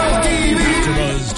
AfterBuzz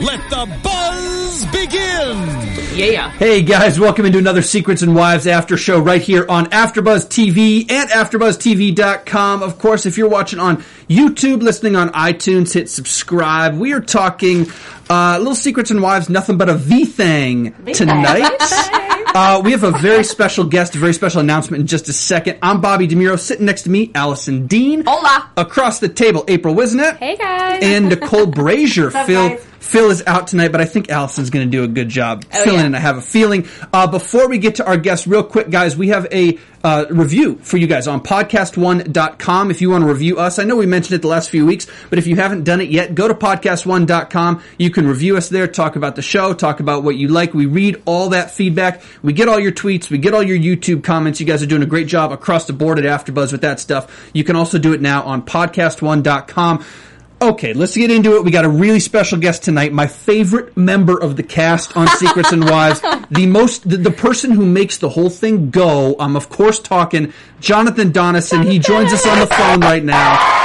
let the buzz begin! Yeah. Hey guys, welcome into another Secrets and Wives after show right here on AfterBuzz TV and AfterBuzzTV.com. Of course, if you're watching on YouTube, listening on iTunes, hit subscribe. We are talking uh, little Secrets and Wives, nothing but a V thing tonight. Uh, we have a very special guest, a very special announcement in just a second. I'm Bobby DeMuro. Sitting next to me, Allison Dean. Hola. Across the table, April Wisnett. Hey, guys. And Nicole Brazier. up, Phil. guys? Phil is out tonight, but I think Allison's going to do a good job Oh, filling yeah. in. I have a feeling. Uh, before we get to our guests, real quick, guys, we have a uh, review for you guys on podcast1.com. If you want to review us, I know we mentioned it the last few weeks, but if you haven't done it yet, go to podcast1.com. You can review us there, talk about the show, talk about what you like. We read all that feedback. We get all your tweets, we get all your YouTube comments. You guys are doing a great job across the board at AfterBuzz with that stuff. You can also do it now on podcast1.com. Okay, let's get into it. We got a really special guest tonight. My favorite member of the cast on Secrets and Wives, the most, the, the person who makes the whole thing go. I'm of course talking Jonathan Donison. He joins us on the phone right now.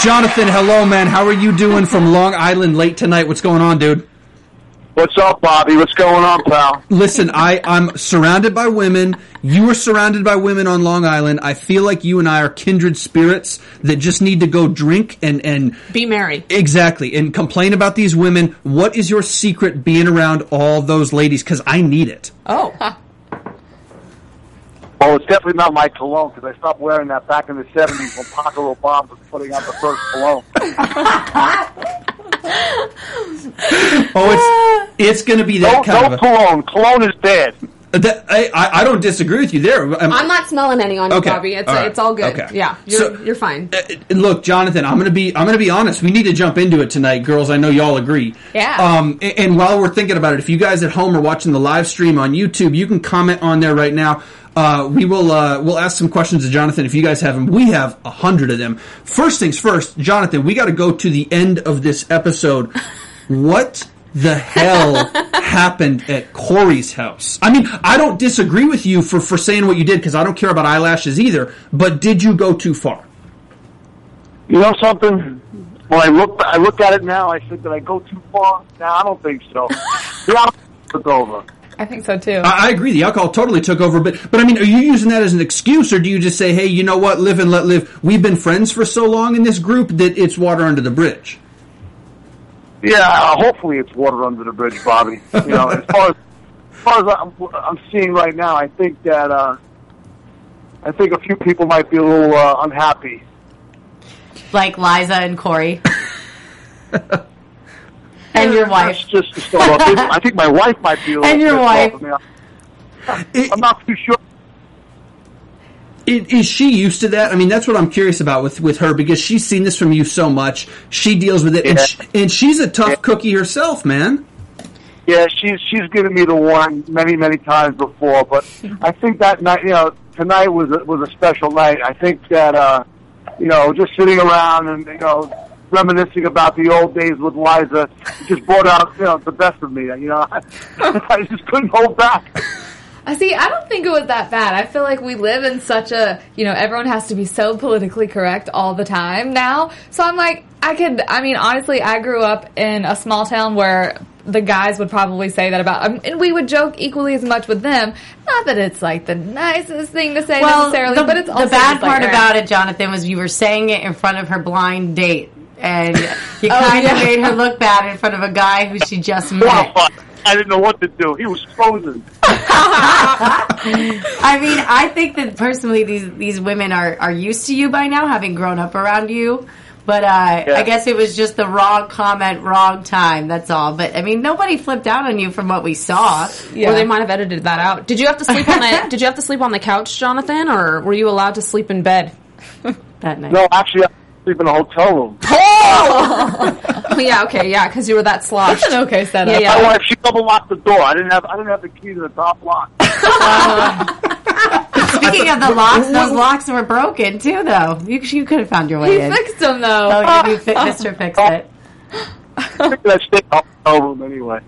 Jonathan, hello, man. How are you doing from Long Island late tonight? What's going on, dude? What's up, Bobby? What's going on, pal? Listen, I, I'm surrounded by women. You are surrounded by women on Long Island. I feel like you and I are kindred spirits that just need to go drink and, and Be merry. exactly and complain about these women. What is your secret being around all those ladies? Because I need it. Oh. Well, it's definitely not my cologne because I stopped wearing that back in the '70s when Paco Rabanne was putting out the first cologne. Oh, it's it's going to be that No, kind no of. A, cologne. Cologne is dead. that, I, I I don't disagree with you there. I'm- I'm not smelling any on you, Okay. Bobby. It's All right. it's all good. Okay. Yeah, you're So- you're fine. Uh, look, Jonathan, I'm gonna be I'm gonna be honest. We need to jump into it tonight, girls. I know y'all agree. Yeah. Um, a- and, while we're thinking about it, if you guys at home are watching the live stream on YouTube, you can comment on there right now. Uh, we will uh, we'll ask some questions to Jonathan if you guys have them. We have a hundred of them. First things first, Jonathan, we got to go to the end of this episode. what the hell happened at Corey's house? I mean, I don't disagree with you for for saying what you did because I don't care about eyelashes either. But did you go too far? You know something? When I look, I look at it now. I said, "Did I go too far?" No, I don't think so. The alcohol took over. I think so too. I I agree. The alcohol totally took over, but but I mean, are you using that as an excuse, or do you just say, "Hey, you know what? Live and let live." We've been friends for so long in this group that it's water under the bridge. Yeah, uh, hopefully it's water under the bridge, Bobby. You know, as far as, as far as I'm, I'm seeing right now, I think that uh, I think a few people might be a little uh, unhappy. Like Liza and Corey. and your wife. That's just to start off. I think my wife might be a little And your pissed wife. off with me. I'm not too sure. Is, is she used to that? I mean, that's what I'm curious about with with her because she's seen this from you so much. She deals with it, and, Yeah. sh and she's a tough Yeah. cookie herself, man. Yeah, she's she's given me the warning many many times before, but I think that night, you know, tonight was a, was a special night. I think that uh, you know, just sitting around and you know, reminiscing about the old days with Liza, just brought out you know the best of me. You know, I, I just couldn't hold back. I see. I don't think it was that bad. I feel like we live in such a you know everyone has to be so politically correct all the time now. So I'm like, I could. I mean, honestly, I grew up in a small town where the guys would probably say that about, um, and we would joke equally as much with them. Not that it's like the nicest thing to say necessarily, the, but it's the also bad just like, part all right. about it, Jonathan, was you were saying it in front of her blind date. And you Oh, kind of yeah. made her look bad in front of a guy who she just met. Horrified. I didn't know what to do. He was frozen. I mean, I think that personally, these these women are are used to you by now, having grown up around you. But uh, Yeah. I guess it was just the wrong comment, wrong time. That's all. But I mean, nobody flipped out on you from what we saw. Yeah. Or they might have edited that out. Did you have to sleep on the Did you have to sleep on the couch, Jonathan, or were you allowed to sleep in bed? That night. No, actually, I sleep in a hotel room. yeah, okay, yeah, because you were that sloshed. An okay setup. Yeah, yeah. My wife, she double locked the door. I didn't have I didn't have the key to the top lock. Speaking of the locks, those locks were broken too, though. You, you could have found your way He in. fixed them though. oh, you fi- Mr. Fix It. I think I stayed in a hotel room anyway.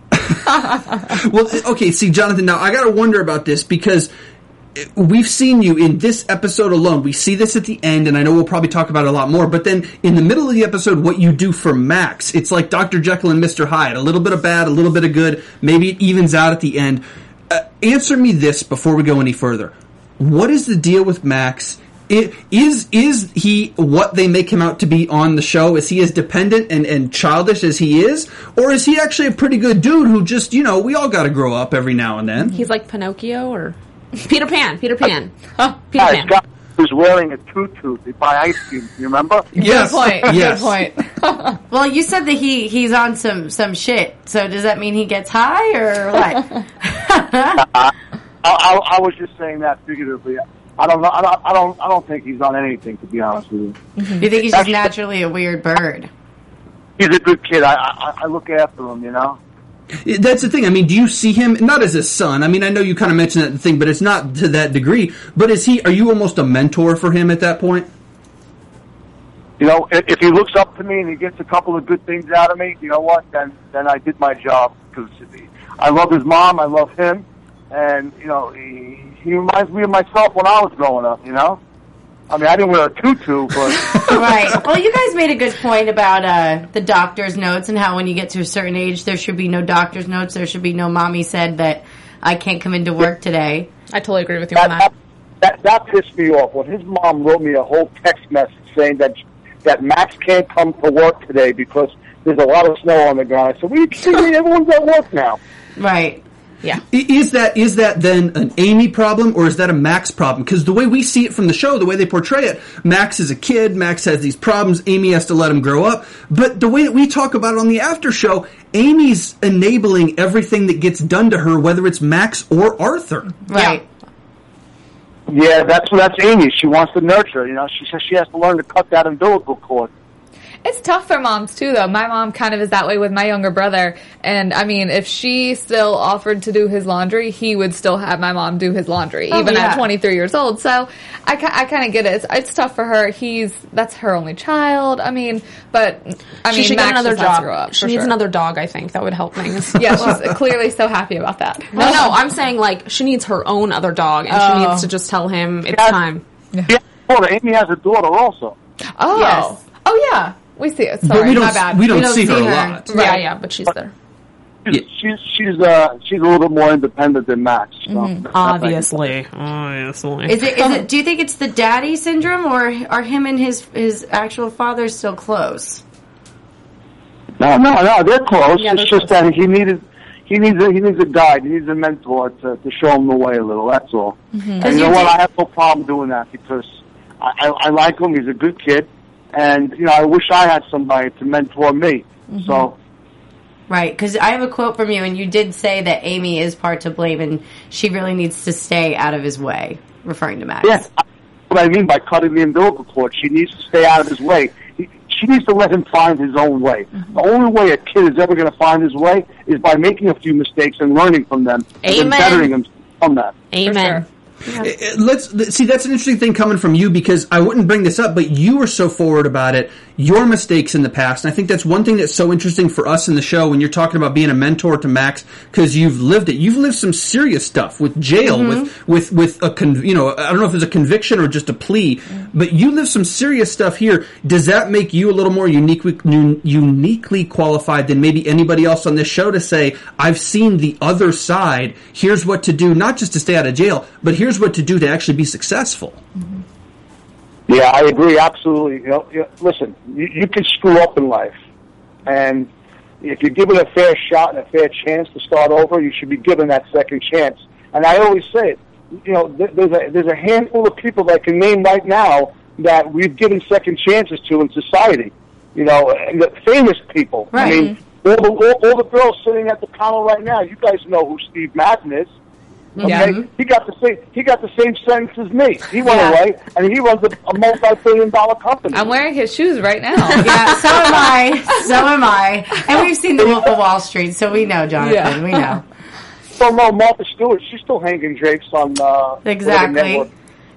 Well, okay, see, Jonathan, now I got to wonder about this because we've seen you in this episode alone. We see this at the end, and I know we'll probably talk about it a lot more, but then in the middle of the episode, what you do for Max, it's like Dr. Jekyll and Mr. Hyde a little bit of bad, a little bit of good. Maybe it evens out at the end. Uh, answer me this before we go any further What is the deal with Max? I- Is is he what they make him out to be on the show? Is he as dependent and, and childish as he is, or is he actually a pretty good dude who just you know we all got to grow up every now and then? He's like Pinocchio or Peter Pan. Peter Pan. Peter Guys, Pan. guy was wearing a tutu to buy ice cream. You remember? Yes. Good point. Yes. Good point. Well, you said that he he's on some some shit. So does that mean he gets high or what? I, I, I was just saying that figuratively. I don't know. I don't, I don't. I don't think he's on anything. To be honest with you, you think he's just naturally a weird bird? he's a good kid. I, I, I look after him. You know. That's the thing. I mean, do you see him not as his son? I mean, I know you kind of mentioned that thing, but it's not to that degree. But is he? Are you almost a mentor for him at that point? You know, if, if he looks up to me and he gets a couple of good things out of me, you know what? Then then I did my job because I love his mom. I love him, and you know, he, he reminds me of myself when I was growing up. You know, I mean, I didn't wear a tutu, but right. Well, you guys made a good point about uh, the doctor's notes and how when you get to a certain age, there should be no doctor's notes. There should be no mommy said that I can't come into work today. I totally agree with you on that, that. that that that pissed me off when his mom wrote me a whole text message saying that that Max can't come to work today because there's a lot of snow on the ground. I said, "What are you kidding me? Everyone's at work now." Right. Yeah. I- Is that is that then an Amy problem or is that a Max problem? Because the way we see it from the show, the way they portray it, Max is a kid. Max has these problems. Amy has to let him grow up. But the way that we talk about it on the after show, Amy's enabling everything that gets done to her, whether it's Max or Arthur. Right. Yeah, that's that's Amy. She wants to nurture. You know, she says she has to learn to cut that umbilical cord. It's tough for moms too, though. My mom kind of is that way with my younger brother, and I mean, if she still offered to do his laundry, he would still have my mom do his laundry, Oh, even yeah. at 23 years old. So I, ki- I kind of get it. It's, it's tough for her. He's that's her only child. I mean, but I She mean, should get Max another just has to job. grow up, she for needs sure. another dog, I think. That would help things. Yeah, she's clearly so happy about that. No, no, I'm saying like she needs her own other dog and she Oh. needs to just tell him it's Yeah. time. Yeah, daughter. Amy has a daughter also. Oh, Yes. oh yeah. We see it. Sorry, But we don't my bad. we don't see, her, a lot. Yeah, Right. yeah, but she's there. She's she's she's, uh, she's a little more independent than Max. So Obviously. Obviously. Is it? Is it? Do you think it's the daddy syndrome, or are him and his his actual father still close? No, no, no. They're close. Yeah, it's they're just that he needed he needs a, he needs a guide. He needs a mentor to, to show him the way a little. That's all. And you know what? I have no problem doing that because I, I, I like him. He's a good kid, and you know I wish I had somebody to mentor me. So Right, because I have a quote from you, and you did say that Amy is part to blame, and she really needs to stay out of his way, referring to Max. yeah, I- what I mean by cutting the umbilical cord, she needs to stay out of his way. He, she needs to let him find his own way. The only way a kid is ever going to find his way is by making a few mistakes and learning from them and then Amen. bettering him from that. Amen. Uh, let's th- see that's an interesting thing coming from you because i wouldn't bring this up but you were so forward about it your mistakes in the past and i think that's one thing that's so interesting for us in the show when you're talking about being a mentor to max because you've lived it you've lived some serious stuff with jail with with with a con- you know i don't know if it's a conviction or just a plea but you lived some serious stuff here does that make you a little more uniquely nu- uniquely qualified than maybe anybody else on this show to say i've seen the other side here's what to do not just to stay out of jail but here's what to do to actually be successful Yeah, I agree absolutely. You know, you- listen, you, you can screw up in life, and if you're given a fair shot and a fair chance to start over, you should be given that second chance. And I always say it. You know, th- there's a there's a handful of people that I can name right now that we've given second chances to in society. you know, and the famous people. Right. I mean, all the all, all the girls sitting at the panel right now. You guys know who Steve Madden is. Okay, Yeah. he got the same he got the same sentence as me. He went Mm-hmm. Yeah. away, and he runs a, a multi-billion dollar company. I'm wearing his shoes right now. Yeah, Uh, so am I. So am I. And we've seen The Wolf of Wall Street, so we know, Jonathan. Yeah. We know. So no, Martha Stewart, she's still hanging drapes on uh, whatever Exactly. network.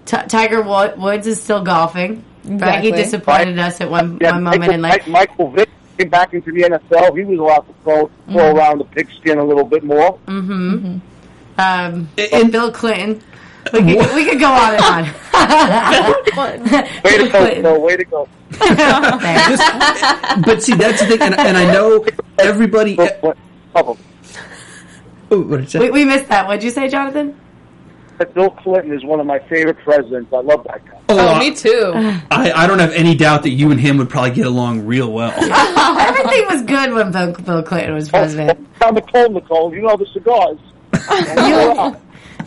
T- Tiger Wo- Woods is still golfing. Right? Exactly. He disappointed us at one, Yeah, one moment Michael, in life. Mi- Michael Vick came back into the NFL. He was allowed to throw, throw Mm-hmm. around the pigskin a little bit more. Um, In- Bill Clinton. We could, we could go on and on. Way to go, Clinton. Phil. Way to go. Thanks. But see, that's the thing, and, and I know everybody. eh, Phil Clinton. Love him. Ooh, what did I We, say? we missed that. What'd you say, Jonathan? But Bill Clinton is one of my favorite presidents. I love that guy. oh, me too. I, I don't have any doubt that you and him would probably get along real well. Everything was good when Bill, Bill Clinton was president. Oh, Down the cold, Nicole. You know the cigars.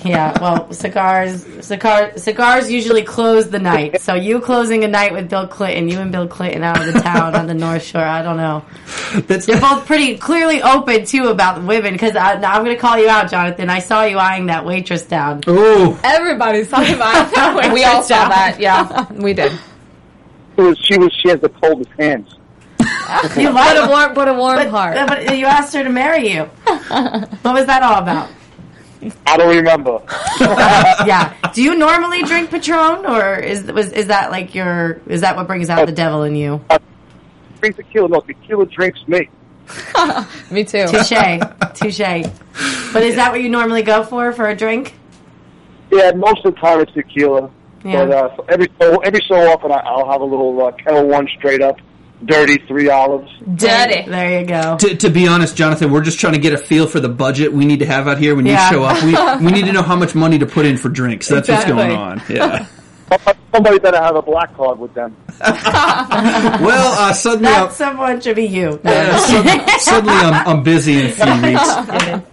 Yeah, well, cigars, cigar, cigars usually close the night. So you closing a night with Bill Clinton, you and Bill Clinton out of the town on the North Shore. I don't know. That's You're both pretty clearly open too about women because I'm going to call you out, Jonathan. I saw you eyeing that waitress down. oh, Everybody's talking about it. we all saw that. Yeah, we did. She was, she was. She has the coldest hands. You lied But a warm, but a warm but, heart. but you asked her to marry you. what was that all about? I don't remember. Yeah. Do you normally drink Patron, or is was is that like your is that what brings out the devil in you? Drink tequila. No, tequila drinks me. me too. Touche, touche. But is that what you normally go for for a drink? Yeah, most of the time it's tequila. Yeah. But uh, every so every so often I, I'll have a little uh, kettle one straight up, dirty three olives. Dirty. There you go. to, to be honest, Jonathan, we're just trying to get a feel for the budget we need to have out here when Yeah. you show up. We, we need to know how much money to put in for drinks. That's what's Exactly. going on. Yeah. Somebody better have a black card with them. Well, uh, suddenly, That I'm, someone should be you. uh, sud- suddenly I'm, I'm busy in a few weeks.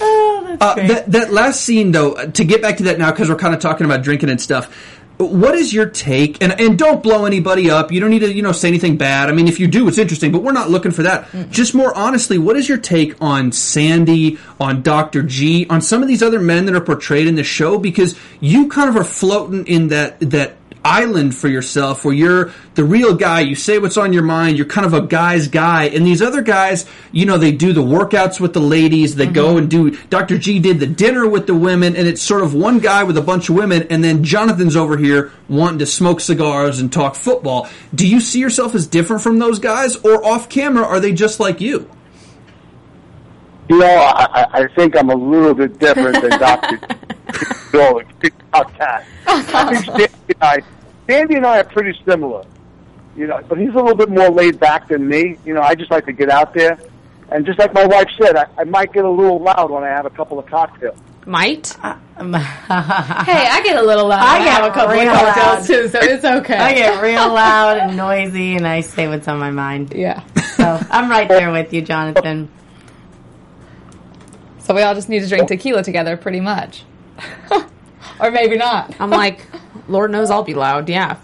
Oh, Uh, that, that last scene, though, uh, to get back to that now, because we're kind of talking about drinking and stuff. What is your take? And and don't blow anybody up. You don't need to you know say anything bad. I mean, if you do, it's interesting, but we're not looking for that. Just more honestly, what is your take on Sandy, on Doctor G, on some of these other men that are portrayed in the show? Because you kind of are floating in that that island for yourself where you're the real guy you say what's on your mind you're kind of a guy's guy and these other guys you know they do the workouts with the ladies they go and do dr g did the dinner with the women and it's sort of one guy with a bunch of women and then jonathan's over here wanting to smoke cigars and talk football do you see yourself as different from those guys or off camera are they just like you You know, I, I- I think I'm a little bit different than Dr. Dolan. About that. I think Sandy and I, Sandy and I are pretty similar. You know, but he's a little bit more laid back than me. You know, I just like to get out there. And just like my wife said, I, I might get a little loud when I have a couple of cocktails. Might. Hey, I get a little loud. I Um, get real loud. too, so it's okay. I get real loud and noisy, and I say what's on my mind. yeah. So I'm right there with you, Jonathan. So we all just need to drink tequila together, pretty much. or maybe not. I'm like, Lord knows I'll be loud. Yeah.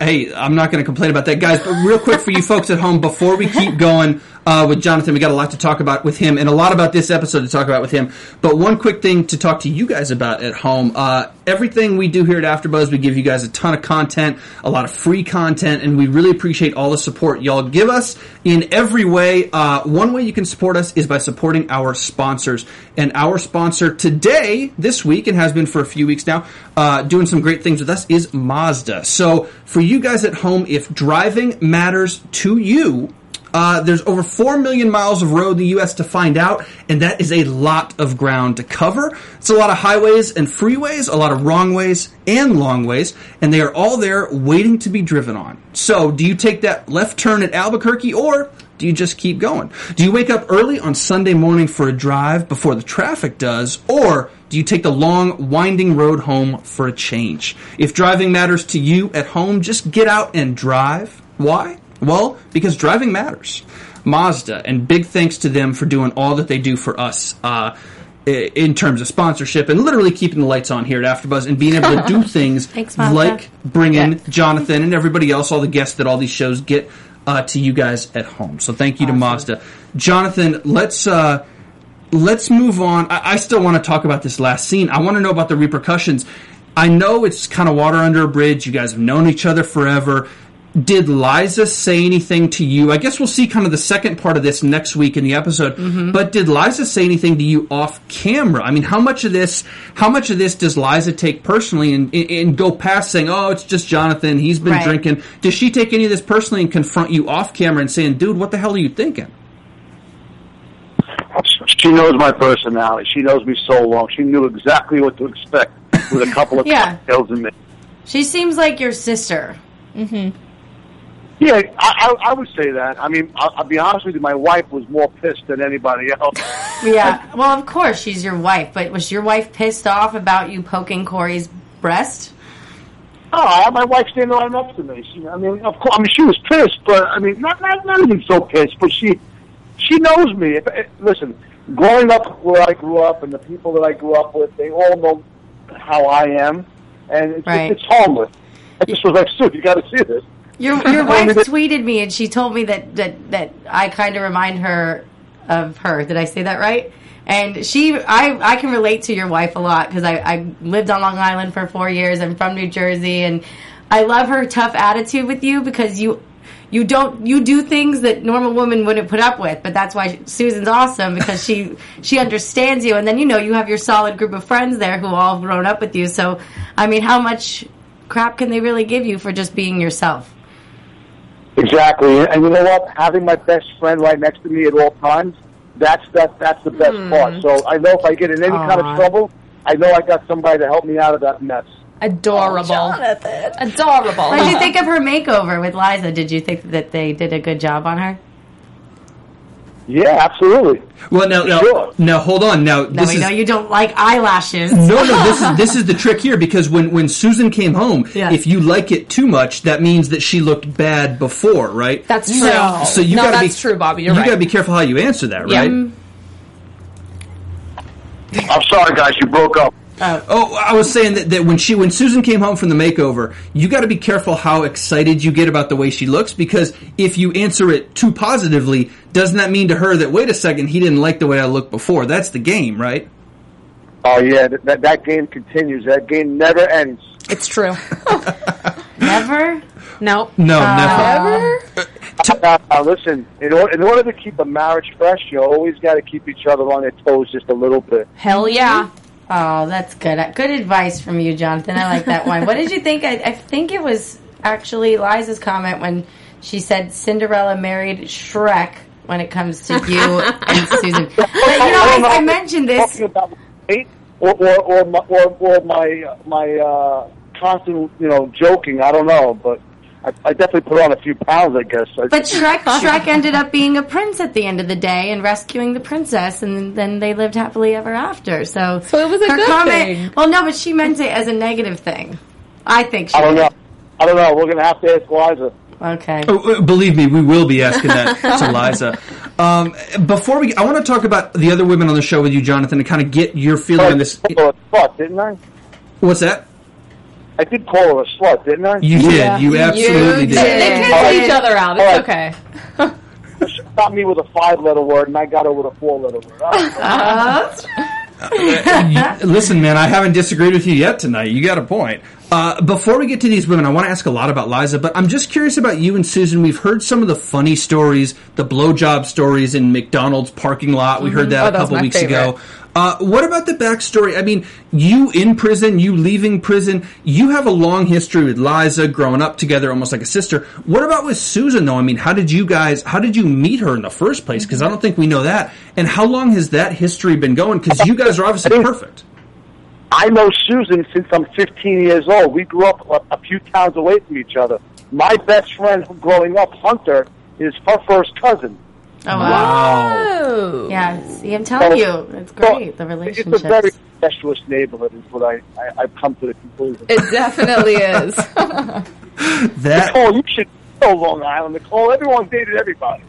hey, I'm not going to complain about that, guys. But real quick for you folks at home, before we keep going uh, with Jonathan, we got a lot to talk about with him, and a lot about this episode to talk about with him. But one quick thing to talk to you guys about at home: uh, everything we do here at AfterBuzz, we give you guys a ton of content, a lot of free content, and we really appreciate all the support y'all give us in every way. Uh, one way you can support us is by supporting our sponsors, and our sponsor today, this week, and has been for a few weeks now, uh, doing some great things with us is Mazda. So for you guys at home, if driving matters to you, uh, there's over 4 million miles of road in the U.S. to find out, and that is a lot of ground to cover. It's a lot of highways and freeways, a lot of wrong ways and long ways, and they are all there waiting to be driven on. So, do you take that left turn at Albuquerque or do you just keep going? Do you wake up early on Sunday morning for a drive before the traffic does, or do you take the long, winding road home for a change? If driving matters to you at home, just get out and drive. Why? Well, because driving matters. Mazda, and big thanks to them for doing all that they do for us. Uh, i- in terms of sponsorship and literally keeping the lights on here at AfterBuzz and being able to do things Thanks, Monica. like bring in Yeah. Jonathan and everybody else, all the guests that all these shows get uh, to you guys at home. So thank you to Mazda, Jonathan. Let's uh, let's move on. I, I still want to talk about this last scene. I want to know about the repercussions. I know it's kind of water under a bridge. You guys have known each other forever. Did Liza say anything to you? I guess we'll see kind of the second part of this next week in the episode. Mm-hmm. But did Liza say anything to you off camera? I mean, how much of this, how much of this does Liza take personally and, and- and go past saying, "Oh, it's just Jonathan. He's been Right. drinking." Does she take any of this personally and confront you off camera and saying, "Dude, what the hell are you thinking?" She knows my personality. She knows me so long. She knew exactly what to expect with a couple of Yeah. cocktails in me. She seems like your sister. Yeah, I, I, I would say that. I mean, I'll, I'll be honest with you. My wife was more pissed than anybody else. Yeah. Well, of course she's your wife, but was your wife pissed off about you poking Corey's breast? Oh, I had my wife standing right next to me. She, I mean, of course, I mean, she was pissed, but I mean, not not not even so pissed, but she she knows me. If, eh, listen, growing up where I grew up and the people that I grew up with, they all know how I am, and it's, Right. it's homeless. I just was like, Sue, you got to see this. Your your wife mean, it- tweeted me and she told me that that that I kind of remind her of her. Did I say that right? And she, I, I can relate to your wife a lot because I, I lived on Long Island for four years. I'm from New Jersey, and I love her tough attitude with you because you, you don't, you do things that normal women wouldn't put up with. But that's why Susan's awesome because she, she understands you. And then you know you have your solid group of friends there who all have grown up with you. So, I mean, how much crap can they really give you for just being yourself? Exactly, and you know what? Having my best friend right next to me at all times, that's that that's the best part. So I know if I get in any kind Aw. of trouble, I know I got somebody to help me out of that mess. Adorable. Jonathan. Adorable. What did you think of her makeover with Liza? Did you think that they did a good job on her? Yeah, absolutely. Well, now, now, Sure. now, hold on. Now, No, this we is know you don't like eyelashes. no, no. This is this is the trick here because when when Susan came home, Yeah. if you like it too much, that means that she looked bad before, right? That's true. So, so you no, gotta that's be, true, Bobby. You're you right. gotta be careful how you answer that, Yeah. right? Mm. I'm sorry, guys, you broke up. Oh, I was saying that, that when she when Susan came home from the makeover, you got to be careful how excited you get about the way she looks because if you answer it too positively, doesn't that mean to her that wait a second, he didn't like the way I looked before? That's the game, right? Oh yeah, that, that that game continues. That game never ends. it's true. Never. no. No, Uh, never. Ever? Now, now listen, in order, in order to keep a marriage fresh, you always got to keep each other on their toes just a little bit. Hell yeah. Oh, that's good. Good advice from you, Jonathan. I like that one. What did you think? I, I think it was actually Liza's comment when she said Cinderella married Shrek. When it comes to you and Susan, but you know, I, I mentioned this. Talking about eight or or or my or, or my uh, my uh, constant you know joking. I don't know, but I, I definitely put on a few pounds. I guess. I, But Shrek, Shrek ended up being a prince at the end of the day and rescuing the princess, and then they lived happily ever after. So, So it was a her good comment. thing. Well, no, but she meant it as a negative thing. I think she. I don't know. I don't know. We're gonna have to ask Liza. Okay. Oh, uh, believe me, we will be asking that to Liza. Um, before we, I want to talk about the other women on the show with you, Jonathan, and kind of get your feeling on this. I called her a slut, didn't I? What's that? I did call her a slut, didn't I? You Yeah. did. You absolutely They- did. They Yeah. cancel each other out. It's Alright. okay. She got me with a five-letter word, and I got her with a four-letter word. I don't know. You- listen, man, I haven't disagreed with you yet tonight. You got a point. Uh, before we get to these women, I want to ask a lot about Liza, but I'm just curious about you and Susan. We've heard some of the funny stories, the blowjob stories in McDonald's parking lot. We heard that Oh, a that was couple my weeks ago. favorite. Uh, what about the backstory? I mean, you in prison, you leaving prison, you have a long history with Liza, growing up together almost like a sister. What about with Susan, though? I mean, how did you guys, how did you meet her in the first place? Because I don't think we know that. And how long has that history been going? Because you guys are obviously perfect. I know Susan since I'm 15 years old. We grew up a, a few towns away from each other. My best friend growing up, Hunter, is her first cousin. Oh wow. Wow. Oh. Yeah. See, I'm telling you, it's great. The relationship. It's a very specialist neighborhood, is what I, I, I've come to the conclusion. It definitely is. That oh, you should know Long Island. Nicole, everyone dated everybody.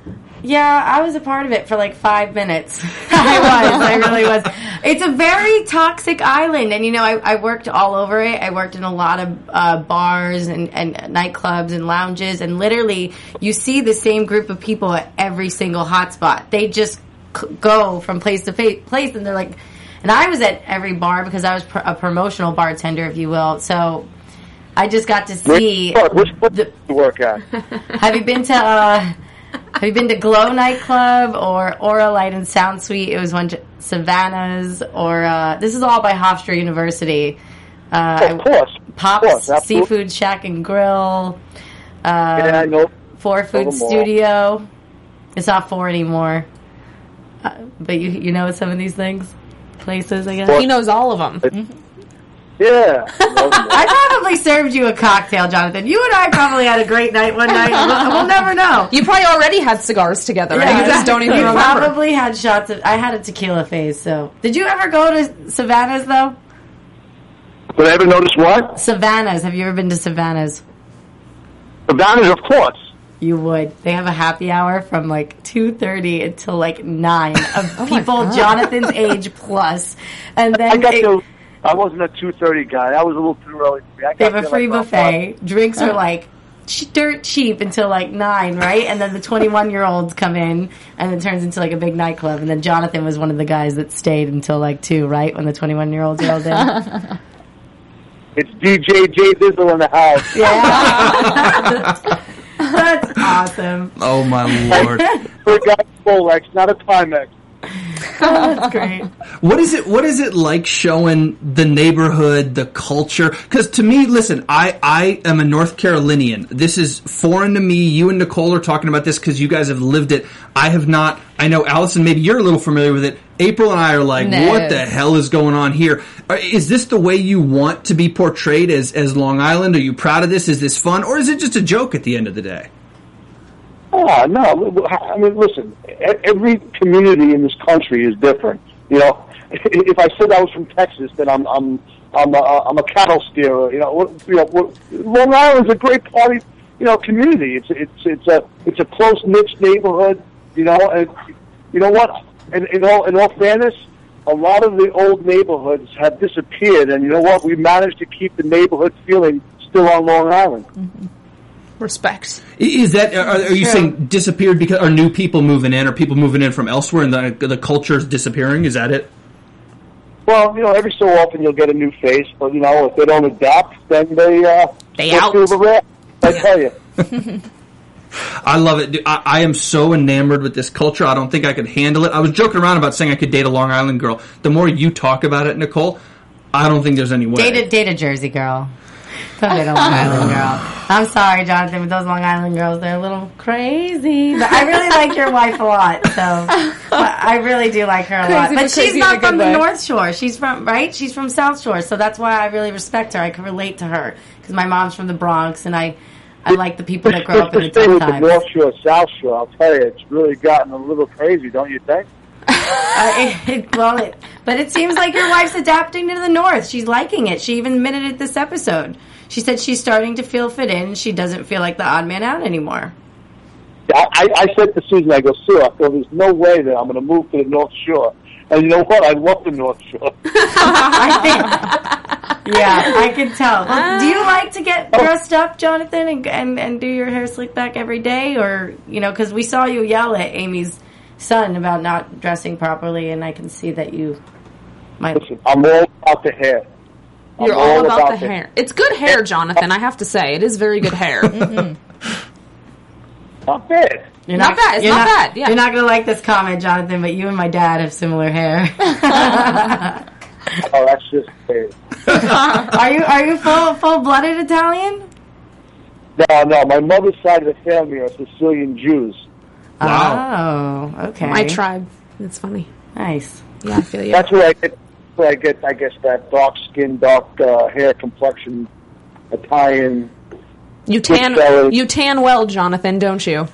Yeah, I was a part of it for like five minutes. I was. I really was. It's a very toxic island. And, you know, I, I worked all over it. I worked in a lot of uh, bars and, and nightclubs and lounges. And literally, you see the same group of people at every single hotspot. They just c- go from place to fa- place and they're like, and I was at every bar because I was pr- a promotional bartender, if you will. So I just got to see. Look, which foot the- to work at? have you been to uh, Have you been to Glow nightclub or Aura Light and Sound Suite? It was one j- Savannah's or uh, this is all by Hofstra University. Uh, Of course. Pops of course, absolutely. Seafood Shack and Grill, uh, Yeah, I know. Four Food them all. Studio. It's not four anymore, uh, but you you know some of these things, places I guess. Four- He knows all of them. Yeah. I know them all. I probably served you a cocktail, Jonathan. You and I probably had a great night one night. We'll, we'll never know. You probably already had cigars together. and you just don't even You remember. probably had shots of. I had a tequila phase, so. Did you ever go to Savannah's, though? Did I ever notice what? Savannah's. Have you ever been to Savannah's? Savannah's, of course. You would. They have a happy hour from like two thirty until like nine of Oh people Jonathan's age plus, and then I got it- the. I wasn't a two thirty guy. That was a little too early for me. I they got have a there free like oh, around buffet. Drinks Uh. are like ch- dirt cheap until like nine, right? And then the twenty-one year olds come in, and it turns into like a big nightclub. And then Jonathan was one of the guys that stayed until like two, right? When the twenty-one year olds yelled in. five. It's DJ J Dizzle in the house. Yeah. That's awesome. Oh my lord! For a guy Rolex, not a Timex. That's great. what is it? What is it like showing the neighborhood, the culture? Because to me, listen, I I am a North Carolinian. This is foreign to me. You and Nicole are talking about this because you guys have lived it. I have not. I know Allison. Maybe you're a little familiar with it. April and I are like, No. what the hell is going on here? Are- Is this the way you want to be portrayed as as Long Island? Are you proud of this? Is this fun, or is it just a joke at the end of the day? Oh no! I mean, listen. e- Every community in this country is different. You know, if I said I was from Texas, then I'm I'm I'm a, I'm a cattle steerer. You know, what- you know, what- Long Island's a great party. You know, community. It's it's it's a it's a close knit neighborhood. You know, and you know what? In, in all in all fairness, a lot of the old neighborhoods have disappeared, and you know what? We managed to keep the neighborhood feeling still on Long Island. Respect. I- Is that are, are you saying disappeared because are new people moving in? Are people moving in from elsewhere and the the culture's disappearing? Is that it? Well, you know, every so often you'll get a new face, but you know, if they don't adapt, then they uh, They go out. through the rap. I tell you, I love it. dude. I, I am so enamored with this culture. I don't think I could handle it. I was joking around about saying I could date a Long Island girl. The more you talk about it, Nicole, I don't think there's any way. Date a, date a Jersey girl. Don't date a Long Island girl. I'm sorry, Jonathan, but those Long Island girls, they're a little crazy. But I really like your wife a lot, so but I really do like her a lot. Crazy, But but she's crazy in a not good from the way. North Shore. She's from, right? She's from South Shore, so that's why I really respect her. I can relate to her because my mom's from the Bronx, and I, I like the people that grow just up in this the thing tough with the times. North Shore, South Shore. I'll tell you, it's really gotten a little crazy, don't you think? Uh, it, it, well, it, but it seems like your wife's adapting to the North. She's liking it. She even admitted it this episode. She said she's starting to feel fit in. She doesn't feel like the odd man out anymore. I, I, I said to Susan, I go, Sue, I go, there's no way that I'm going to move to the North Shore. And you know what? I love the North Shore. I think, yeah, I can tell. Well, do you like to get dressed up, Jonathan, and, and and do your hair slicked back every day, or you know, because we saw you yell at Amy's son about not dressing properly, and I can see that you might. Listen, I'm all about the hair. I'm You're all, about, the it. hair. It's good hair, Jonathan. I have to say, it is very good hair. Not bad. You're Not bad, it's you're not bad, yeah. You're not gonna like this comment, Jonathan, but you and my dad have similar hair. Oh, that's just bad. Are you are you full full blooded Italian? No, no, my mother's side of the family are Sicilian Jews. wow. Oh, okay. My tribe. It's funny. Nice. Yeah, I feel you. That's where I get, where I get, I guess, that dark skin, dark uh, hair complexion, Italian. You tan. fellas. You tan well, Jonathan, don't you?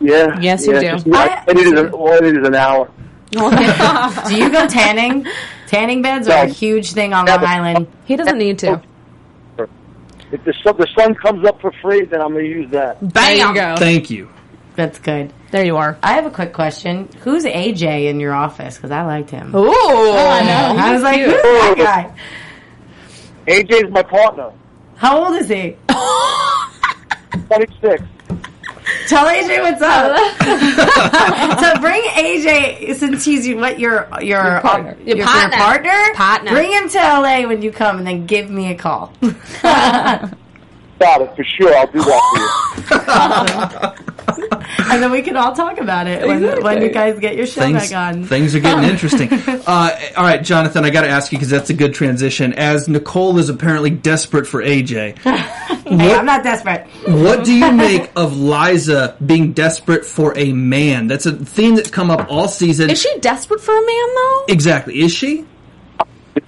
Yeah. Yes, you yeah, do. Just, I, I- it is a, well, it is an hour. Do you go tanning? Tanning beds are a huge thing on Long Island. he doesn't need to. If the sun, the sun comes up for free, then I'm going to use that. Bam. There you go. Thank you. That's good. There you are. I have a quick question. Who's AJ in your office? Because I liked him. Ooh. I was like, who's that guy? AJ's my partner. How old is he? 26. Tell AJ what's up. so bring AJ since he's your- what your your your partner. your, Your partner. partner. Partner. Bring him to LA when you come, and then give me a call. Got it, for sure. I'll do that for you. and then we can all talk about it when, when you guys get your show Things, back on. things are getting interesting. Uh, all right, Jonathan, I got to ask you because that's a good transition. As Nicole is apparently desperate for AJ, hey, I'm not desperate. What do you make of Liza being desperate for a man? That's a theme that's come up all season. Is she desperate for a man though? Exactly. Is she?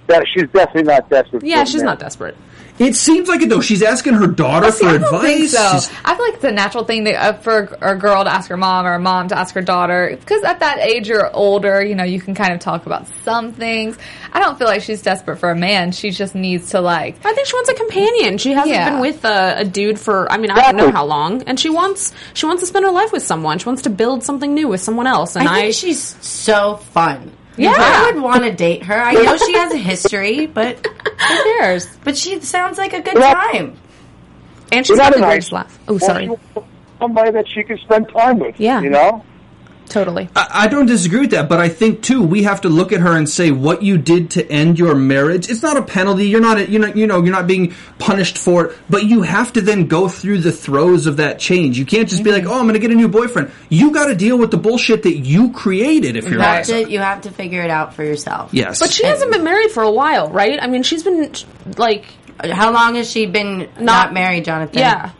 That- She's definitely not desperate. yeah, for she's me. not desperate. It seems like it though. She's asking her daughter See, for I don't advice. think so. She's- I feel like it's a natural thing to, uh, for a g- a girl to ask her mom or a mom to ask her daughter because at that age you're older, you know, you can kind of talk about some things. I don't feel like she's desperate for a man. She just needs to like. I think she wants a companion. She hasn't Yeah. been with a, a dude for I mean I don't know Exactly. how long, and she wants she wants to spend her life with someone. She wants to build something new with someone else, and I I, think she's so fun. Yeah. I would want to date her. I know she has a history, but Who cares? but she sounds like a good Yeah. time. and She's she's got not a the nice greatest laugh. Oh, sorry, Somebody that she can spend time with. Yeah. You know? totally. I I don't disagree with that, but I think too we have to look at her and say what you did to end your marriage. It's not a penalty. You're not. You know. You know. You're not being punished for it. But you have to then go through the throes of that change. You can't just be Mm-hmm. like, oh, I'm going to get a new boyfriend. You got to deal with the bullshit that you created. If you're You have Liza. to you have to figure it out for yourself. Yes. But she hasn't been married for a while, right? I mean, she's been like How long has she been not, married, Jonathan? yeah.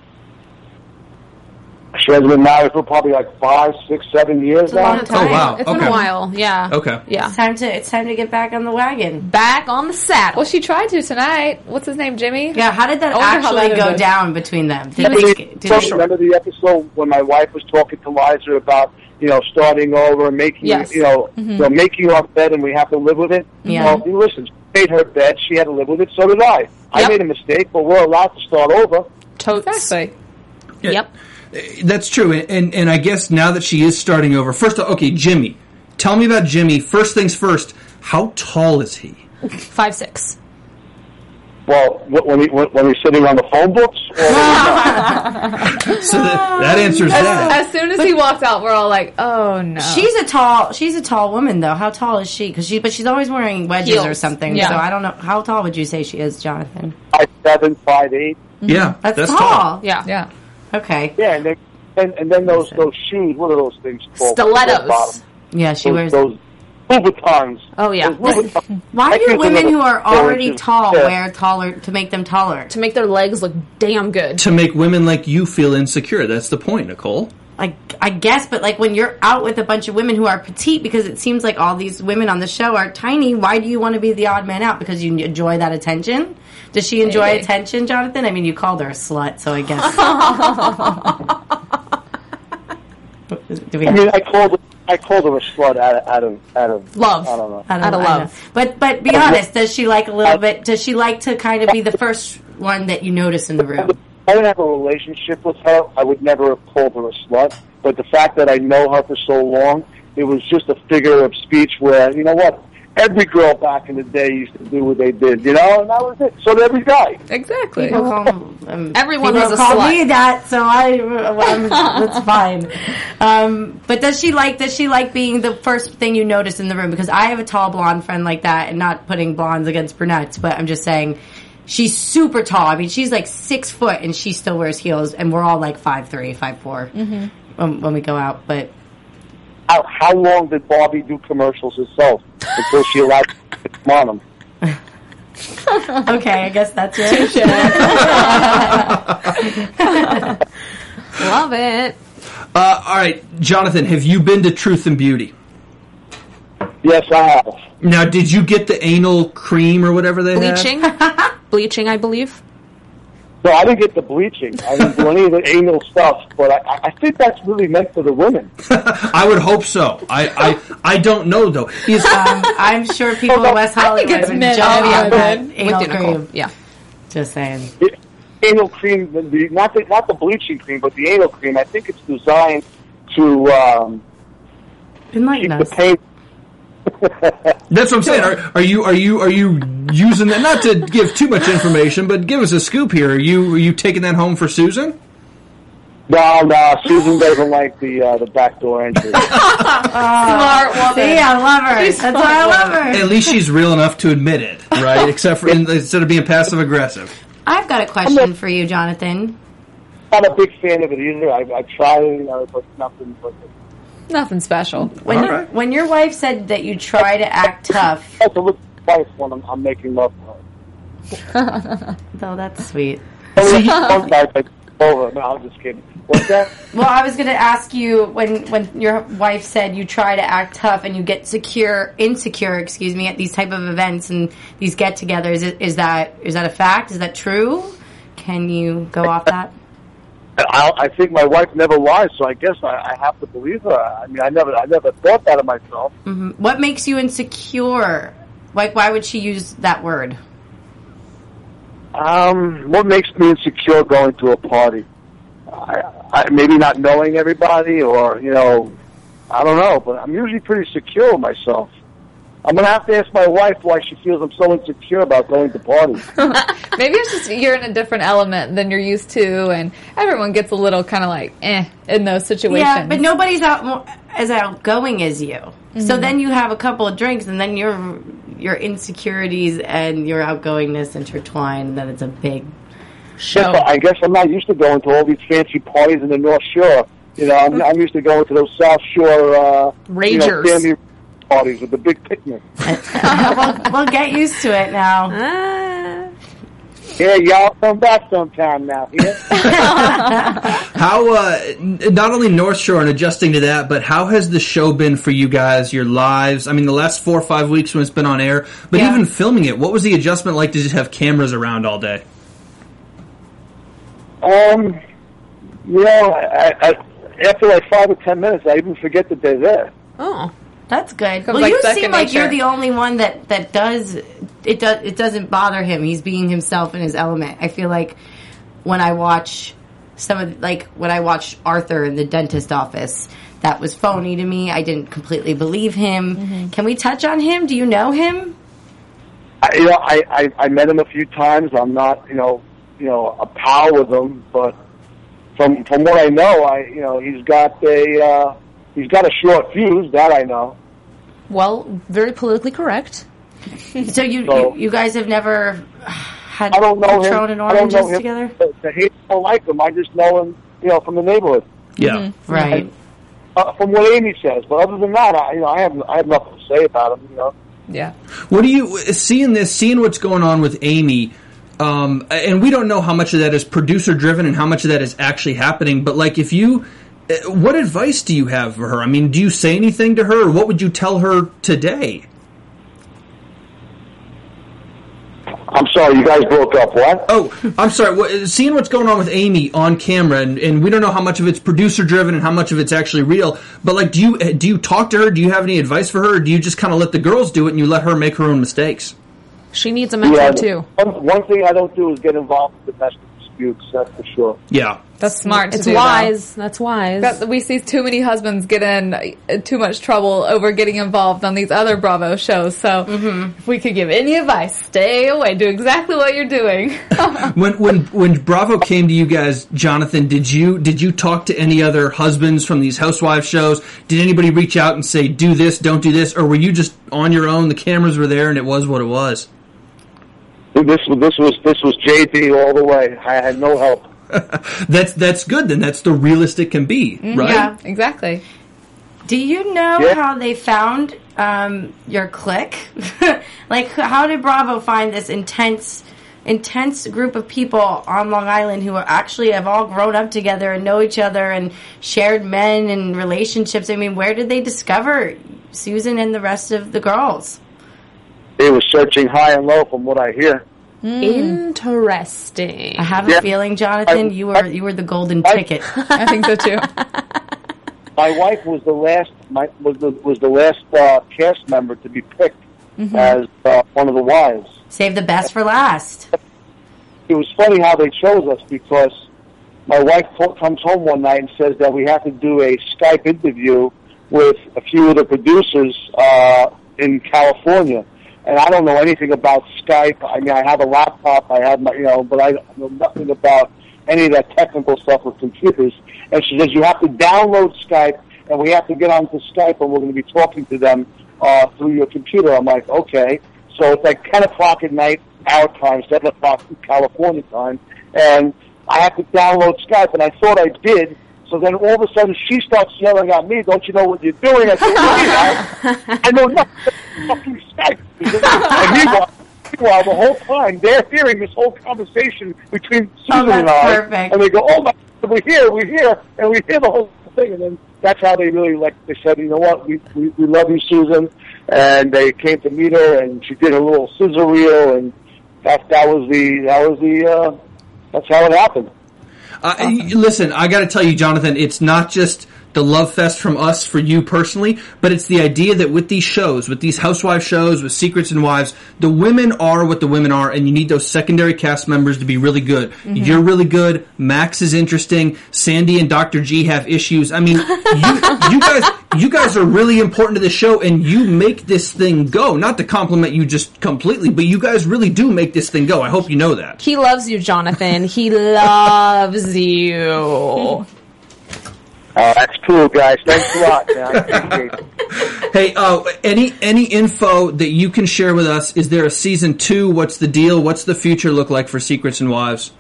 She hasn't been married for probably like five, six, seven years now. long time. Oh, wow. It's been Okay. a while. Yeah. Okay. Yeah. It's time to it's time to get back on the wagon. Back on the saddle. Well, she tried to tonight. What's his name, Jimmy? Yeah, how did that I wonder how actually that go ended. down between them? Did I they, mean, did so they- remember the episode when my wife was talking to Liza about you know starting over and making Yes. Mm-hmm. you know you know making our bed and we have to live with it. Yeah. Well, you listen, she made her bed, she had to live with it. So did I. I Yep. made a mistake, but we're allowed to start over. Totes. Oh, Exactly. Yep. That's true, and, and and I guess now that she is starting over, first off, okay, Jimmy, tell me about Jimmy. First things first, how tall is he? Five six. Well, wh- when we when when we're sitting on the phone books, or, So that, that answers that. As soon as he walked out, we're all like, "Oh no!" She's a tall. She's a tall woman, though. How tall is she? Because she, but she's always wearing wedges or Heels. something. Yeah. So I don't know. How tall would you say she is, Jonathan? five seven, five eight. Yeah, That's, tall. Yeah. yeah. Okay. Yeah, and then and, and then those those shoes. What are those things called? Those Stilettos. bottom- Yeah, she Those, wears. those Louboutins. Oh, yeah. Those Louboutins. Why I do can't women remember who are the four already inches. tall Yeah. wear taller to make them taller? To make their legs look damn good. To make women like you feel insecure. That's the point, Nicole. I, I guess, but like when you're out with a bunch of women who are petite, because it seems like all these women on the show are tiny. Why do you want to be the odd man out? Because you enjoy that attention. Does she enjoy Maybe. attention, Jonathan? I mean, you called her a slut, so I guess. do we I mean, I called I called her a slut out of out of, out of Love. I don't know. I don't Out of know, I love. know. But but be honest, does she like a little bit? Does she like to kind of be the first one that you notice in the room? I didn't have a relationship with her. I would never have called her a slut. But the fact that I know her for so long, it was just a figure of speech where, you know what? Every girl back in the day used to do what they did, you know? And that was it. So did every guy. Exactly. People call 'em, um, Everyone people was a call slut. me that, so I uh, well, I'm- that's fine. Um, but does she like does she like being the first thing you notice in the room? Because I have a tall blonde friend like that, and not putting blondes against brunettes, but I'm just saying she's super tall. I mean, she's like six foot, and she still wears heels, and we're all like five three, five four Mm-hmm. when, when we go out. But How, how long did Barbie do commercials herself until she allowed to come on them? okay, I guess that's it. Um, Love it. Uh, all right, Jonathan, have you been to Truth and Beauty? Yes, I have. Now, did you get the anal cream or whatever they had? Bleaching. Bleaching, I believe. No, I didn't get the bleaching. I didn't do any of the anal stuff, but I- I, I think that's really meant for the women. I would hope so. I I, I don't know though. Is- Um, I'm sure people in West Hollywood it's would men. jump Oh, yeah, on that men. anal With you, Nicole. cream. Yeah. Just saying. anal cream, the, the, not the not the bleaching cream, but the anal cream. I think it's designed to um, Enlighten keep the us. pain. That's what I'm saying. Are, are you are you are you using that? Not to give too much information, but give us a scoop here. Are you are you taking that home for Susan? No, no, Susan doesn't like the uh, the back door entry. Smart woman. See, I love her. That's why I love her. At least she's real enough to admit it, right? Except for instead of being passive aggressive. I've got a question for you, Jonathan. not a big fan of it either. I, I tried it, you know, but nothing. But Nothing special. When All right. when your wife said that you try to act tough, I have to look twice when I'm, I'm making love. to her. though that's sweet. Only one night I over. No, I'm just kidding. What's that? Well, I was going to ask you when when your wife said you try to act tough and you get secure insecure, excuse me, at these type of events and these get-togethers. Is, is that is that a fact? Is that true? Can you go off that? I, I think my wife never lies, so I guess I, I have to believe her. I mean, I never, I never thought that of myself. What makes you insecure? Like, why would she use that word? Um, what makes me insecure going to a party? I, I maybe not knowing everybody, or you know, I don't know. But I'm usually pretty secure with myself. I'm gonna have to ask my wife why she feels I'm so insecure about going to parties. Maybe it's just you're in a different element than you're used to, and everyone gets a little kind of like eh in those situations. Yeah, but nobody's out mo- as outgoing as you. So then you have a couple of drinks, and then your your insecurities and your outgoingness intertwine. And then it's a big Yes, but I guess I'm not used to going to all these fancy parties in the North Shore. You know, I'm, I'm used to going to those South Shore uh, you know, Ragers. family parties with the big picnic. we'll get used to it now. Ah. Yeah, y'all come back sometime now. Yeah? How uh, n- not only North Shore and adjusting to that, but how has the show been for you guys? Your lives? I mean, the last four or five weeks when it's been on air, but Yeah. even filming it, what was the adjustment like to just have cameras around all day? um, you know, I, I, after like five or ten minutes, I even forget that they're there. Oh. That's good. Comes Well, like you second seem like nature. you're the only one that that does it. Does it doesn't bother him? He's being himself in his element. I feel like when I watch some of like when I watched Arthur in the dentist office, that was phony to me. I didn't completely believe him. Mm-hmm. Can we touch on him? Do you know him? I, you know, I, I I met him a few times. I'm not, you know, you know, a pal with him, but from from what I know, I you know, he's got a uh, he's got a short fuse. That I know. Well, very politically correct. So you No. you, you guys have never had I don't know Patron him. and I don't oranges know him. together, The, the hate don't like him. I just know him, you know, from the neighborhood, Yeah. right? uh, from what Amy says. But other than that, I, you know, I have I have nothing to say about him. You know, yeah. What do you seeing this? Seeing what's going on with Amy, um, and we don't know how much of that is producer driven and how much of that is actually happening. But like, if you, uh, what advice do you have for her? I mean, do you say anything to her? Or what would you tell her today? I'm sorry, you guys broke up. What? Oh, I'm sorry. What, seeing what's going on with Amy on camera, and, and we don't know how much of it's producer driven and how much of it's actually real. But like, do you eh, do you talk to her? Do you have any advice for her? Or do you just kind of let the girls do it and you let her make her own mistakes? She needs a mentor too. One, one thing I don't do is get involved in domestic disputes. That's for sure. Yeah. That's smart. to It's do, though. wise. That's wise. But we see too many husbands get in uh, too much trouble over getting involved on these other Bravo shows. So if we could give any advice, stay away. Do exactly what you're doing. When when when Bravo came to you guys, Jonathan, did you did you talk to any other husbands from these housewife shows? Did anybody reach out and say do this, don't do this, or were you just on your own? The cameras were there, and it was what it was. This was this was this was JD all the way. I had no help. That's that's good. Then that's the realest it can be, right? yeah. exactly. Do you know Yeah. how they found um, your clique? like, how did Bravo find this intense, intense group of people on Long Island who are actually have all grown up together and know each other and shared men and relationships? I mean, where did they discover Susan and the rest of the girls? They were searching high and low, from what I hear. Interesting. I have Yeah. a feeling, Jonathan, you were you were the golden ticket. I think so too. my wife was the last my, was the, was the last uh, cast member to be picked as uh, one of the wives. Save the best for last. It was funny how they chose us because my wife co- comes home one night and says that we have to do a Skype interview with a few of the producers uh, in California. And I don't know anything about Skype. I mean, I have a laptop, I have my, you know, but I don't know nothing about any of that technical stuff with computers. And she says, you have to download Skype, and we have to get onto Skype, and we're going to be talking to them uh, through your computer. I'm like, okay. So it's like 10 o'clock at night, our time, 7 o'clock California time, and I have to download Skype, and I thought I did. So then all of a sudden she starts yelling at me, don't you know what you're doing? I said, "No, I- I know nothing about fucking Skype. And meanwhile, meanwhile, the whole time, they're hearing this whole conversation between Susan and Oh, that's I. perfect. And they go, oh my, God, we're here, we're here, and we hear the whole thing. And then that's how they really, like, they said, you know what, we, we, we love you, Susan. And they came to meet her, and she did her little scissor reel, and that, that was the, that was the, uh, that's how it happened. Uh, y- Listen, I got to tell you, Jonathan, it's not just the love fest from us for you personally, but it's the idea that with these shows, with these housewife shows, with Secrets and Wives, the women are what the women are, and you need those secondary cast members to be really good. You're really good. Max is interesting. Sandy and Dr. G have issues. I mean, you, you guys, you guys are really important to the show, and you make this thing go. Not to compliment you just completely, but you guys really do make this thing go. I hope you know that. He loves you, Jonathan. He loves you. Uh, that's cool, guys. Thanks a lot, man. I appreciate it. Hey, uh, any any info that you can share with us? Is there a season two? What's the deal? What's the future look like for Secrets and Wives?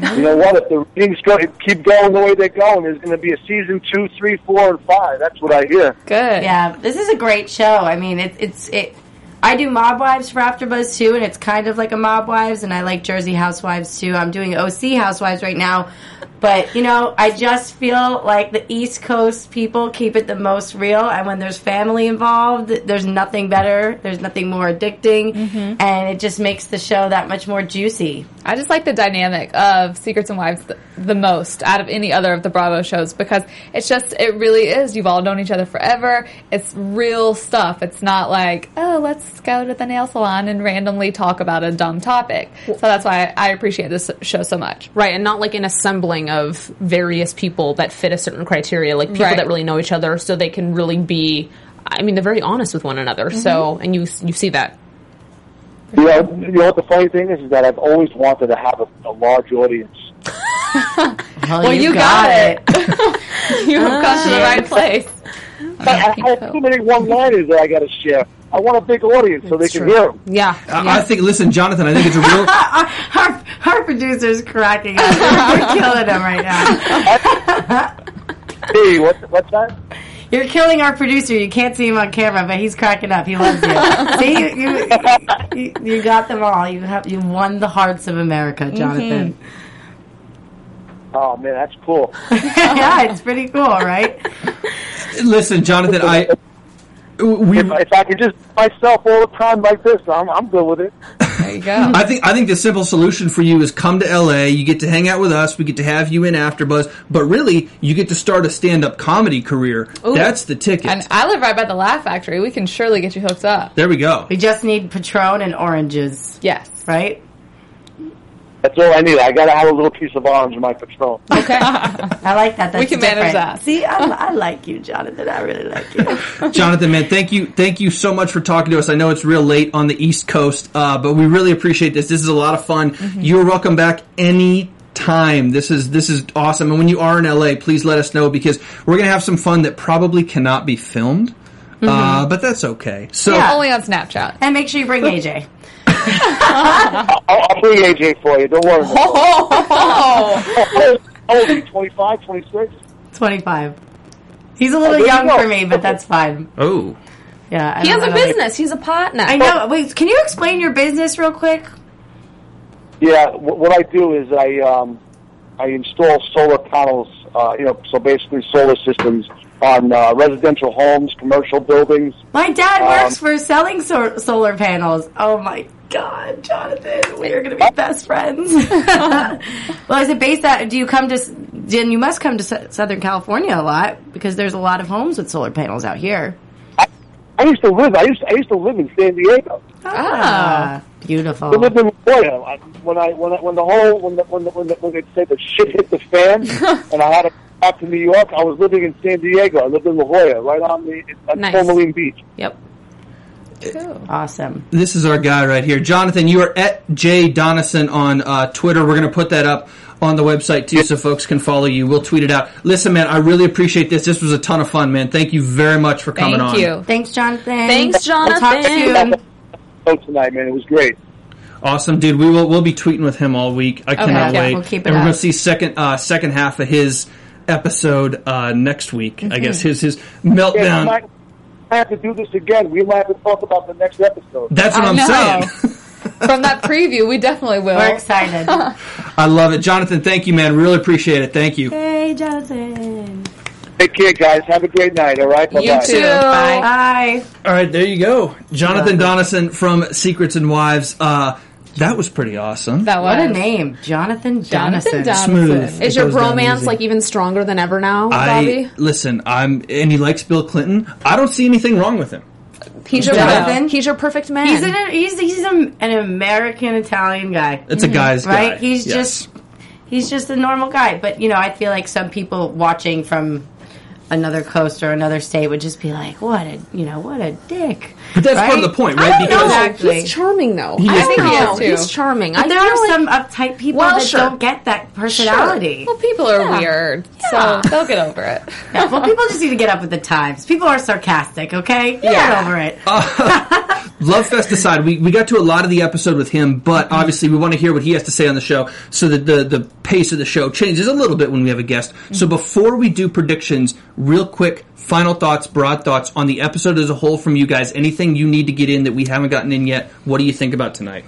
You know what? If the ratings go, keep going the way they're going, there's going to be a season two, three, four, and five. That's what I hear. Good. Yeah, this is a great show. I mean, it, it's it. I do Mob Wives for AfterBuzz too, and it's kind of like a Mob Wives, and I like Jersey Housewives too. I'm doing OC Housewives right now, but you know, I just feel like the East Coast people keep it the most real, and when there's family involved, there's nothing better. There's nothing more addicting, and it just makes the show that much more juicy. I just like the dynamic of Secrets and Wives the, the most out of any other of the Bravo shows because it's just, it really is. You've all known each other forever. It's real stuff. It's not like, oh, let's go to the nail salon and randomly talk about a dumb topic. So that's why I appreciate this show so much. Right, and not like an assembling of various people that fit a certain criteria, like people Right. that really know each other, so they can really be. I mean, they're very honest with one another. So, and you you see that. You know, you know what the funny thing is, is that I've always wanted to have a, a large audience. well, you got You have come Ah. to the right place. But I I have too many one-liners that I got to share. I want a big audience so they can true. hear 'em. Yeah, I, I think. Listen, Jonathan, I think it's a real. Our, our producer's cracking up. We're killing him right now. Hey, what, what's that? You're killing our producer. You can't see him on camera, but he's cracking up. He loves you. see, you, you, you, you got them all. You have you won the hearts of America, Jonathan. Oh man, that's cool. yeah, it's pretty cool, right? listen, Jonathan, I. We, If, if I could just myself all the time like this, I'm I'm good with it. There you go. I think I think the simple solution for you is come to LA. You get to hang out with us. We get to have you in AfterBuzz, but really, you get to start a stand-up comedy career. That's the ticket. And I live right by the Laugh Factory. We can surely get you hooked up. there we go. We just need Patron and oranges, Yes. right? That's all I need. I got to have a little piece of orange in my patrol. Okay. I like that. That's can manage different. that. See, I, I like you, Jonathan. I really like you. Jonathan, man, thank you, thank you so much for talking to us. I know it's real late on the East Coast, uh, but we really appreciate this. This is a lot of fun. You are welcome back any time. This is this is awesome. And when you are in LA, please let us know because we're gonna have some fun that probably cannot be filmed, uh, but that's okay. So. Only on Snapchat. and make sure you bring AJ. I'll, I'll bring AJ for you. Don't worry. Oh, oh, oh, 25, 26. Twenty five. He's a little there you young go. for me, but that's fine. Oh. Yeah, I he don't- has I a don't like- business. He's a partner. I know. Wait, can you explain your business real quick? Yeah, wh- what I do is I um, I install solar panels. Uh, you know, so basically solar systems on uh, residential homes, commercial buildings. My dad Um, works for selling so- solar panels. Oh my god, Jonathan, we are going to be best friends. well, is it based out? Do you come to? S- Then you must come to S- Southern California a lot because there's a lot of homes with solar panels out here. I used to live. I used I used to live in San Diego. Ah. Beautiful. It lived in La Jolla. I- When I when I, when the whole when the, when the, when, the, when they said the shit hit the fan, and I had to go back to New York, I was living in San Diego. I lived in La Jolla, right on the at Nice. Tourmaline Beach. Yep. Awesome. This is our guy right here, Jonathan. You are at J Donison on uh, Twitter. We're going to put that up on the website too, so folks can follow you. We'll tweet it out. Listen, man, I really appreciate this. This was a ton of fun, man. Thank you very much for coming Thank on. you. Thanks, Jonathan. Thanks, We'll talk Jonathan. soon. So tonight, man, it was great. Awesome, dude. We will we'll be tweeting with him all week. I cannot yeah, wait. we'll keep it and we're up. going to see second uh, second half of his episode uh, next week. I guess his his meltdown. Yeah, we might I have to do this again. We might have to talk about the next episode. That's what I I'm know. saying. From that preview, we definitely will. We're excited. I love it, Jonathan. Thank you, man. Really appreciate it. Thank you. hey, Jonathan. Take care, guys. Have a great night. All right. Bye You too. Bye. Bye. All right, there you go, Jonathan Donison from Secrets and Wives. Uh, that was pretty awesome. That was What a name, Jonathan Jonathan. Jonathan Donison. Smooth. Is your Goes down bromance easy. like even stronger than ever now, I Bobby? listen. I'm and he likes Bill Clinton. I don't see anything wrong with him. He's your Jonathan? he's your perfect man. He's an he's he's an, an American Italian guy, It's a guy's right? guy. He's Yes. just he's just a normal guy. But you know, I feel like some people watching from another coast or another state would just be like, "What a you know, what a dick." But that's part of right? the point, I right? don't know. Exactly. He's charming though. He I is don't pretty know. good, too. He's charming. But I there feel are like- some uptight people Well, that sure. don't get that personality. Well, people are Yeah. weird, Yeah. so they'll get over it. Yeah, well, people just need to get up with the times. People are sarcastic, okay? Yeah. Get over it. Love Fest aside, we, we got to a lot of the episode with him, Mm-hmm. but obviously we want to hear what he has to say on the show so that the, the pace of the show changes a little bit when we have a guest. Mm-hmm. So before we do predictions, real quick, final thoughts, broad thoughts on the episode as a whole from you guys. Anything you need to get in that we haven't gotten in yet? What do you think about tonight?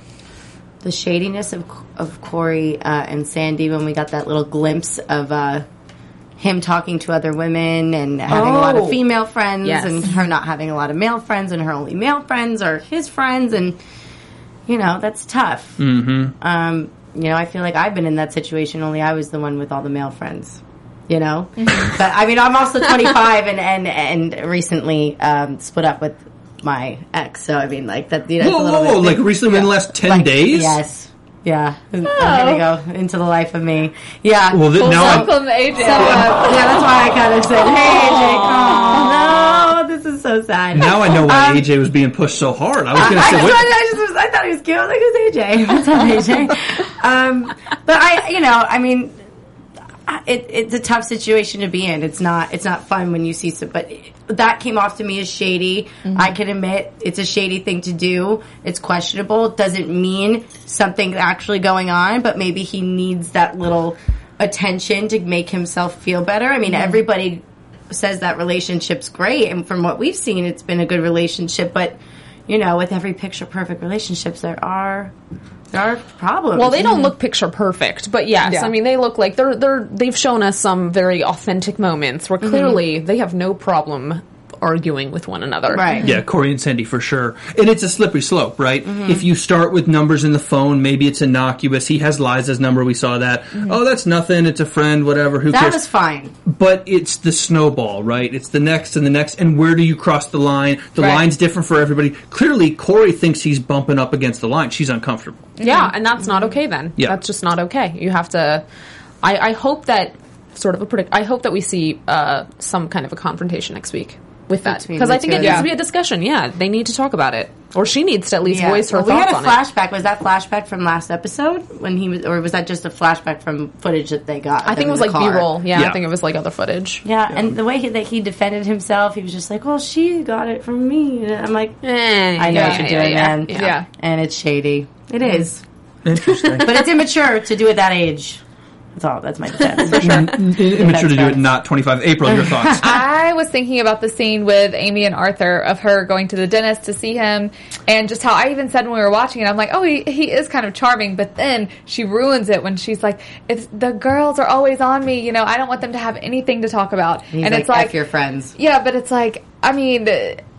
the shadiness of of Corey uh, and Sandy when we got that little glimpse of uh, him talking to other women and having a lot Oh. of female friends Yes. and her not having a lot of male friends and her only male friends are his friends and you know that's tough. Mm-hmm. Um, you know, I feel like I've been in that situation. Only I was the one with all the male friends. You know, but Mm-hmm. I mean, I'm also 25 and and and recently um, split up with my ex. So I mean, like that. You know, it's Whoa, a little whoa, whoa, bit- like recently within the last 10 like, days? Oh. Yes. Yeah. I'm gonna go into the life of me. Yeah. Well, th- So, now I'm, Welcome, AJ. uh, yeah, that's why I kind of said, "Hey, AJ, oh, no, this is so sad." now I know why AJ was being pushed so hard. I was going to Um, I say, just, what? wanted- I just was, I thought he was cute. I was like, "Who's AJ? What's up, AJ?" Um, but I, you know, I mean, I- it, it's a tough situation to be in. It's not, it's not fun when you see some. But that came off to me as shady. Mm-hmm. I can admit it's a shady thing to do. It's questionable. It doesn't mean something's actually going on. But maybe he needs that little attention to make himself feel better. I Mm-hmm. mean, everybody says that relationship's great, and from what we've seen, it's been a good relationship. But you know, with every picture perfect relationships, there are there are problems. Well, they don't look picture perfect, but yes, Yeah. I mean they look like they're they're they've shown us some very authentic moments where clearly they have no problem arguing with one another. right. Yeah, Corey and Sandy for sure. And it's a slippery slope, right? If you start with numbers in the phone, maybe it's innocuous. He has Liza's number. We saw that. Oh, that's nothing. It's a friend. Whatever. Who That cares? was fine. But it's the snowball, right? It's the next and the next. And where do you cross the line? The Right. line's different for everybody. Clearly, Corey thinks he's bumping up against the line. She's uncomfortable. Yeah, and that's not okay then. Yeah. That's just not okay. You have to I, I hope that sort of a predict I hope that we see uh, some kind of a confrontation next week with that. Between Because I the think two it of needs them. to be a discussion. Yeah. They need to talk about it. Or she needs to at least Yeah. voice her Well, thoughts we on had a it. flashback. Was that flashback from last episode when he was, or was that just a flashback from footage that they got? I think it was like B roll. Yeah, Yeah. I think it was like other footage. Yeah, and the way he, that he defended himself, he was just like, "Well, she got it from me." And I'm like, Eh, "I know what you're doing, man." Yeah. and it's shady. It is, Interesting. but it's immature to do at that age. That's all. That's my defense. Immature to do sense. it. Not twenty five. April, your thoughts? I was thinking about the scene with Amy and Arthur of her going to the dentist to see him, and just how I even said when we were watching it, I'm like, oh, he, he is kind of charming, but then she ruins it when she's like, if the girls are always on me, you know, I don't want them to have anything to talk about, He's and like, it's like F your friends. Yeah, but it's like, I mean,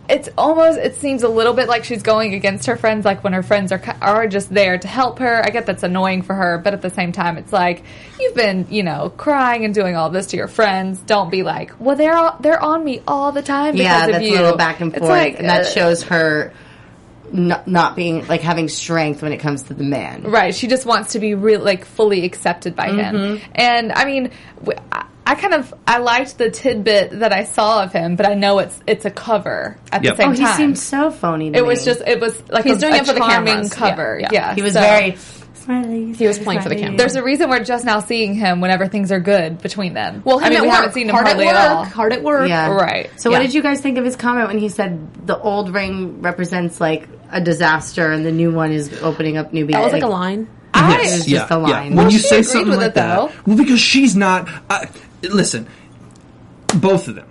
it's almost, it seems a little bit like she's going against her friends, like when her friends are, ki- are just there to help her. I get that's annoying for her, but at the same time, it's like, you've been, you know, crying and doing all this to your friends. Don't be like, well, they're, all, they're on me all the time because yeah, of that's you. a little back and It's forth, like, and that uh, shows her not, not being like having strength when it comes to the man. Right. She just wants to be real, like fully accepted by him. Mm-hmm. And I mean, w- I, I kind of I liked the tidbit that I saw of him, but I know it's it's a cover at Yep. the same Oh, he time. seemed so phony. To it me. was just it was like He's a, doing a it for the charming cameras. Yeah, cover. Yeah. yeah. he was so- very smiley. He was playing for the smiley. camera. There's a reason we're just now seeing him whenever things are good between them. Well, him I mean, at we work, haven't seen him hard hardly at work, at all. hard at work. Yeah. Right. So, what Yeah. did you guys think of his comment when he said the old ring represents like a disaster and the new one is opening up new That beginnings? was like a line. I- Yes. It was just a line. When Well, you she say agreed something with like it, that, though. well, because she's not. I, listen, both of them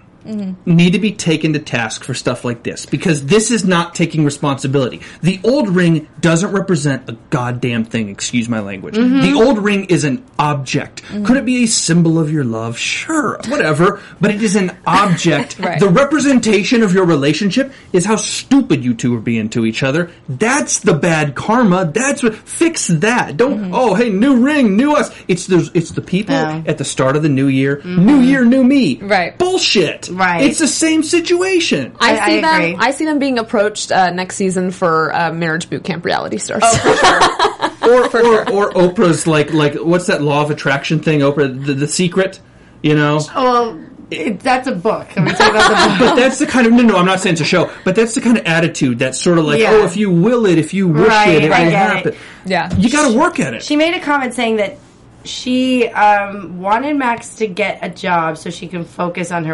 need to be taken to task for stuff like this because this is not taking responsibility. The old ring doesn't represent a goddamn thing. Excuse my language. Mm-hmm. The old ring is an object. Mm. Could it be a symbol of your love? Sure, whatever. But it is an object. Right. The representation of your relationship is how stupid you two are being to each other. That's the bad karma. That's what fix that. Don't Mm-hmm. oh hey new ring new us. It's the it's the people Yeah. at the start of the new year. New year new me. Mm-hmm. Right. Bullshit. Right. It's the same situation. I, I- see I them. agree. I see them being approached uh, next season for uh, marriage boot camp reality stars. or or, or Oprah's like like what's that law of attraction thing? Oprah the, the secret. You know. Oh, well, it, that's a book. Can we talk about the book? But that's the kind of no, no. I'm not saying it's a show, but that's the kind of attitude that's sort of like, Yeah. oh, if you will it, if you wish Right, it, it I will get it. happen. Yeah. you got to work at it. She made a comment saying that she um, wanted Max to get a job so she can focus on her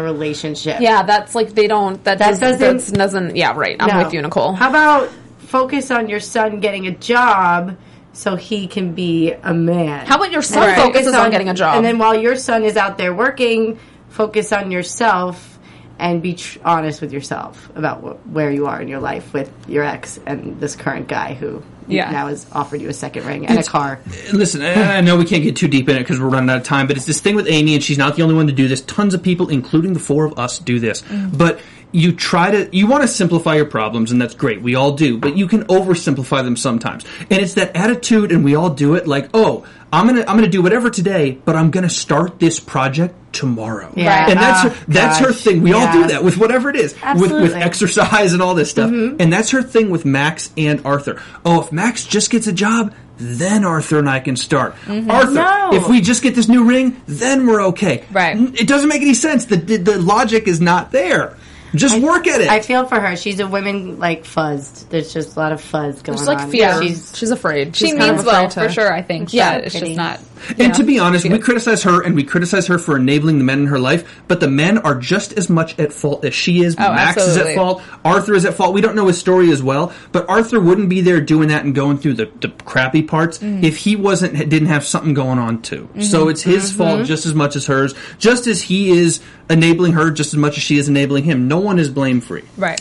relationship. yeah, that's like they don't. That, That does, doesn't- doesn't. doesn't. Yeah, right. I'm No. with you, Nicole. How about focus on your son getting a job so he can be a man? How about your son And focuses on getting a job? And then while your son is out there working, focus on yourself and be tr- honest with yourself about wh- where you are in your life with your ex and this current guy who Yeah. now has offered you a second ring and a car. Listen, I I know we can't get too deep in it because we're running out of time, but it's this thing with Amy, and she's not the only one to do this. Tons of people, including the four of us, do this. Mm-hmm. But you try to, you want to simplify your problems, and that's great. We all do, but you can oversimplify them sometimes. And it's that attitude, and we all do it. Like, oh, I'm gonna, I'm gonna do whatever today, but I'm gonna start this project tomorrow. Yeah. and that's Ah, her, that's her gosh. thing. We all do Yeah. that with whatever it is, with with Absolutely. exercise and all this stuff. Mm-hmm. And that's her thing with Max and Arthur. Oh, if Max just gets a job, then Arthur and I can start. Arthur, Mm-hmm. No. if we just get this new ring, then we're okay. Right. N- It doesn't make any sense. The the, the logic is not there. Just work at it. I feel for her. She's a woman like fuzzed. There's just a lot of fuzz going It's on. like fear. She's She's, afraid. She's She kind means of afraid well to- for sure. I think. Yeah, Yeah. It's pity. just not. and to be honest, we criticize her and we criticize her for enabling the men in her life, but the men are just as much at fault as she is. Max is Oh, absolutely. at fault. Arthur is at fault. We don't know his story as well, but Arthur wouldn't be there doing that and going through the, the crappy parts Mm-hmm. if he wasn't didn't have something going on too. So it's his Mm-hmm. fault just as much as hers, just as he is enabling her just as much as she is enabling him. No one is blame free. Right.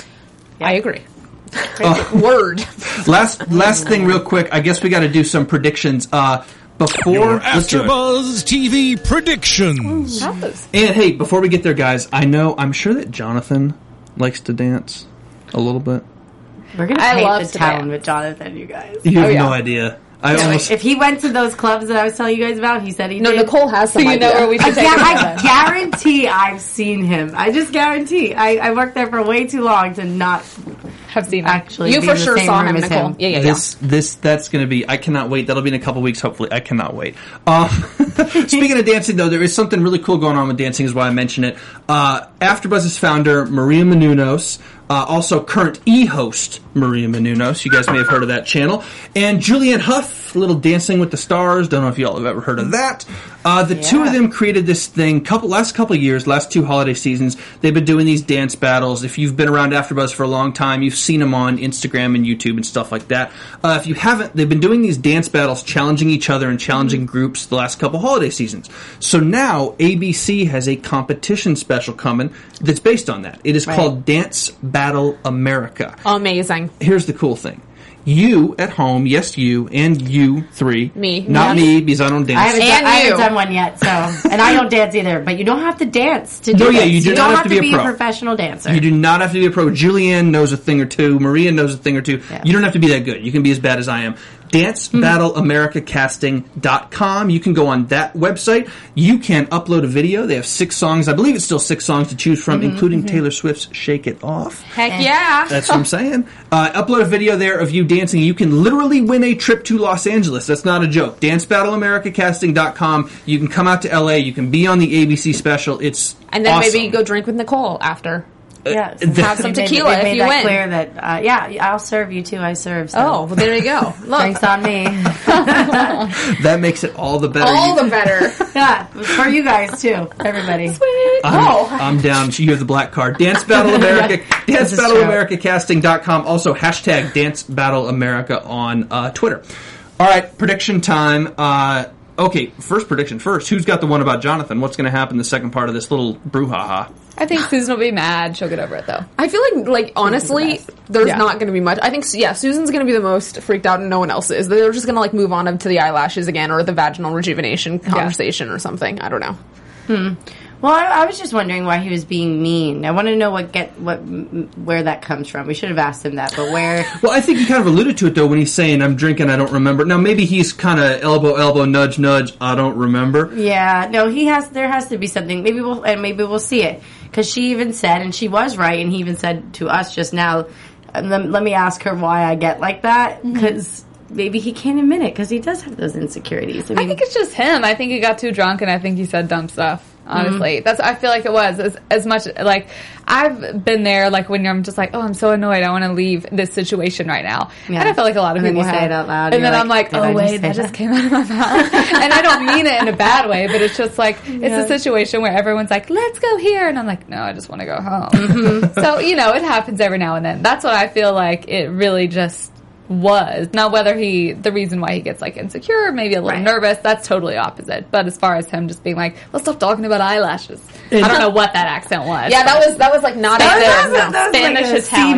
I agree. Word. Last last thing, real quick. I guess we got to do some predictions. Uh, before Your let's do it. AfterBuzz TV predictions. And hey, before we get there, guys, I know I'm sure that Jonathan likes to dance a little bit. we're gonna I paint love the to town dance. with Jonathan, you guys. You have yeah. no idea. I almost If he went to those clubs that I was telling you guys about, he said he No, did. Nicole has So some you know idea. where we I, should gu- take it from I then. guarantee I've seen him. I just guarantee. I, I worked there for way too long to not have seen him. actually. You be for in the sure same saw room him, as Nicole. Yeah, yeah, yeah. this this that's going to be. I cannot wait. That'll be in a couple weeks. Hopefully, I cannot wait. Um, speaking of dancing, though, there is something really cool going on with dancing. Is why I mention it. Uh, AfterBuzz's founder Maria Menounos, uh, also current e-host Maria Menounos. You guys may have heard of that channel. And Julianne Huff, little Dancing with the Stars. Don't know if y'all have ever heard of that. Uh, the two of Yeah. them. them created this thing couple last couple years, last two holiday seasons. They've been doing these dance battles. If you've been around AfterBuzz for a long time, you've seen them on Instagram and YouTube and stuff like that. Uh, if you haven't, they've been doing these dance battles, challenging each other and challenging groups the last couple holiday seasons. So now ABC has a competition special coming that's based on that. It is called Dance Battle America. Amazing. Here's the cool thing. You at home, yes, you and you three, Me. not Yes. me because I don't dance. I haven't, And done, I haven't you. done one yet, so and I don't dance either. But you don't have to dance to do No, yeah, this. you do not not have to be a be pro. professional dancer. You do not have to be a pro. Julianne knows a thing or two. Maria knows a thing or two. Yeah. You don't have to be that good. You can be as bad as I am. dancebattleamericacasting.com. You can go on that website. You can upload a video. They have six songs. I believe it's still six songs to choose Mm-hmm, from, including Taylor Swift's Shake It Off. Heck yeah. That's what I'm saying. Uh, upload a video there of you dancing. You can literally win a trip to Los Angeles. That's not a joke. DanceBattleAmericaCasting.com. You can come out to LA. You can be on the ABC special. It's and then awesome. maybe go drink with Nicole after. Yeah, Have some they made- tequila they made if you that win. Clear that, uh, yeah, I'll serve you too. I serve. So. Oh, well, there you go. Look, drinks on me. That makes it all the better. all You- the better. yeah, for you guys too, everybody. I'm, oh, I'm down. You have the black card. Dance Battle America. Dance is Battle true. America Casting.com. Also, hashtag Dance Battle America on uh, Twitter. All right, prediction time. Uh, okay, first prediction first. Who's got the one about Jonathan? What's going to happen in the second part of this little brouhaha? I think Susan will be mad. She'll get over it though. I feel like like honestly, there's Yeah. not going to be much. I think yeah, Susan's going to be the most freaked out, and no one else is. They're just going to like move on up to the eyelashes again, or the vaginal rejuvenation conversation, or something. I don't know. Well, I, I was just wondering why he was being mean. I want to know what get what m- where that comes from. We should have asked him that, but where? Well, I think he kind of alluded to it though when he's saying, "I'm drinking, I don't remember." Now maybe he's kind of elbow, elbow, nudge, nudge. I don't remember. Yeah, no, he has. There has to be something. Maybe we'll and maybe we'll see it because she even said, and she was right, and he even said to us just now, um, let, let me ask her why I get like that because maybe he can't admit it because he does have those insecurities. I mean, I think it's just him. I think he got too drunk, and I think he said dumb stuff. Mm-hmm. Honestly, that's I feel like it was as, as much like I've been there. Like when I'm just like, oh, I'm so annoyed. I want to leave this situation right now. Yeah. And I feel like a lot of And then people you have. say it out loud, and you're then I'm like, like, "Did oh I just wait, say that just that?" came out of my mouth. and I don't mean it in a bad way, but it's just like it's a situation where everyone's like, let's go here, and I'm like, no, I just want to go home. so you know, it happens every now and then. That's what I feel like. It really just was now whether he the reason why he gets like insecure maybe a little Right. nervous that's totally opposite but as far as him just being like let's stop talking about eyelashes i don't know what that accent was Yeah, that was that was like not That a was- that was- no. that was- Spanish, a C Italian.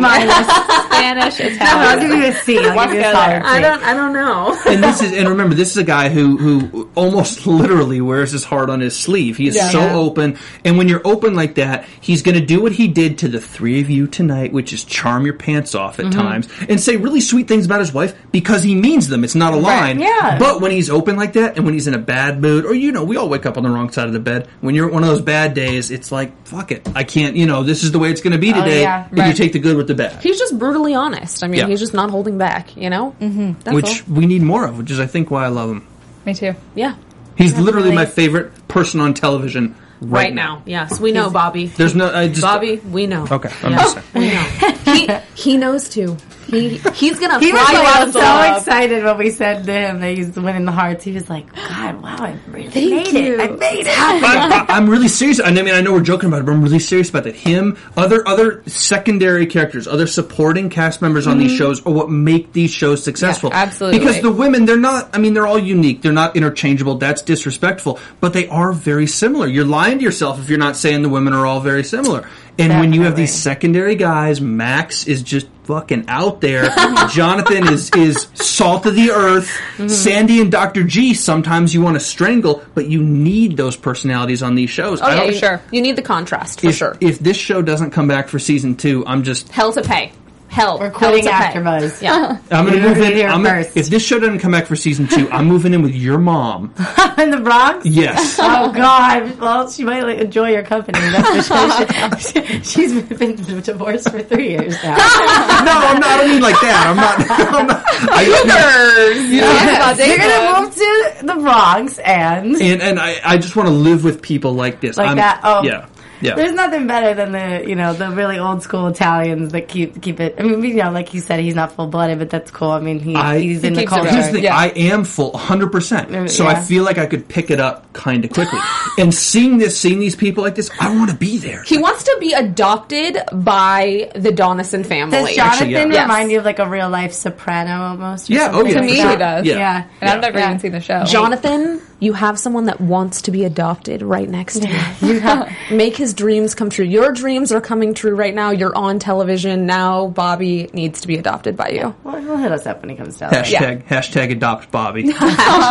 minus. spanish I'll give italian you a C. I'll give you a go solid there. C. I don't I don't know. And this is and remember, this is a guy who who almost literally wears his heart on his sleeve. He is Yeah. so Yeah. open, and when you're open like that, he's going to do what he did to the three of you tonight, which is charm your pants off at times and say really sweet things about his wife because he means them. It's not a line. yeah. But when he's open like that, and when he's in a bad mood, or you know, we all wake up on the wrong side of the bed. When you're at one of those bad days, it's like fuck it, I can't. You know, this is the way it's going to be today. yeah. And you Right. take the good with the bad. He's just brutally honest. I mean, Yeah. he's just not holding back. You know, mm-hmm. that's which all. we need more of, which is I think why I love him. me too yeah, He's literally my favorite person on television right, right now. Yes, we know Bobby. There's no I just Bobby, we know. Okay, I'm Yeah. just saying. we know. He he knows too. He he's gonna He was fly like us all so up. excited when we said to him that he's winning the hearts. He was like, "God, wow, I really made it! you. I made it!" I, I, am really serious. I mean, I know we're joking about it, but I'm really serious about that. Him, other other secondary characters, other supporting cast members on these shows are what make these shows successful. Yeah, absolutely. Because the women, they're not. I mean, they're all unique. They're not interchangeable. That's disrespectful. But they are very similar. You're lying to yourself if you're not saying the women are all very similar. And when you have Definitely. these secondary guys, Max is just fucking out there. Jonathan is is salt of the earth. Mm-hmm. Sandy and Dr. G sometimes you want to strangle, but you need those personalities on these shows. Oh, I yeah, don't- you, sure. You need the contrast for If, sure. if this show doesn't come back for season two, I'm just Hell to pay. Hell. We're quitting hell to pay. AfterBuzz. Yeah. I'm gonna You heard move it in. here I'm gonna- first. if this show doesn't come back for season two, I'm moving in with your mom. in the Bronx. Yes. Oh God! Well, she might like, enjoy your company. That's for sure. She, she's been divorced for three years no, now. I'm not. I don't mean like that. I'm not. I'm not I just mean- Yes. You're gonna move to the Bronx, and and and I, I just want to live with people like this. Like I'm, that, oh. yeah, yeah. there's nothing better than the you know the really old school Italians that keep keep it. I mean, you know, like you said, he's not full blooded, but that's cool. I mean, he, I- he's in He the keeps it culture. Here's the thing. Yeah. Mm, I am full, 100%. So I yeah. feel like I could pick it up kind of quickly. and seeing this, seeing these people like this, I want to be there. He wants to be adopted by the Donison family. Does Jonathan yeah. Yes. remind you of like a real life soprano almost? or Yeah, oh something yeah. to like me that? he does Yeah. Yeah. and i've never Yeah. even seen the show Jonathan, you have someone that wants to be adopted right next to you. you have, make his dreams come true. Your dreams are coming true right now. You're on television now. Bobby needs to be adopted by you. Well, he'll hit us up when he comes down. Hashtag, hashtag adopt Bobby.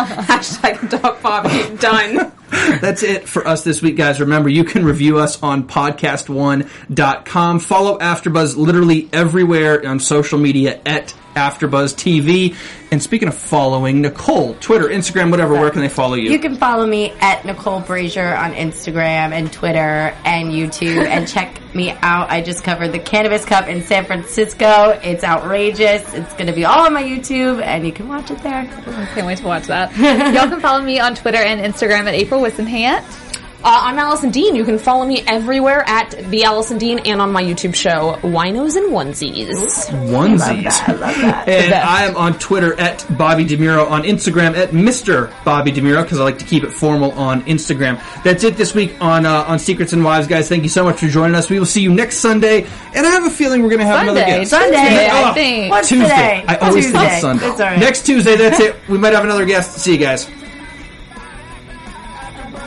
Hashtag adopt Bobby. Done. That's it for us this week, guys. Remember, you can review us on podcast1.com. Follow AfterBuzz literally everywhere on social media at AfterBuzz TV. And speaking of following, Nicole, Twitter, Instagram, whatever, where can they follow you? You can follow me at Nicole Brazier on Instagram and Twitter and YouTube and check me out. I just covered the Cannabis Cup in San Francisco. It's outrageous. It's going to be all on my YouTube and you can watch it there. Can't wait to watch that. Y'all can follow me on Twitter and Instagram at April Wissenhant. Uh, I'm Allison Dean. You can follow me everywhere at the Allison Dean and on my YouTube show, Winos and Onesies. Onesies. and I am on Twitter at Bobby DeMuro, on Instagram at Mr. Bobby DeMuro, because I like to keep it formal on Instagram. That's it this week on uh, on Secrets and Wives, guys. Thank you so much for joining us. We will see you next Sunday, and I have a feeling we're going to have another Sunday. guest. Sunday, Oh, I think. What's Tuesday. today? I always Tuesday. think Sunday. It's all right. Next Tuesday, that's it. We might have another guest. See you guys.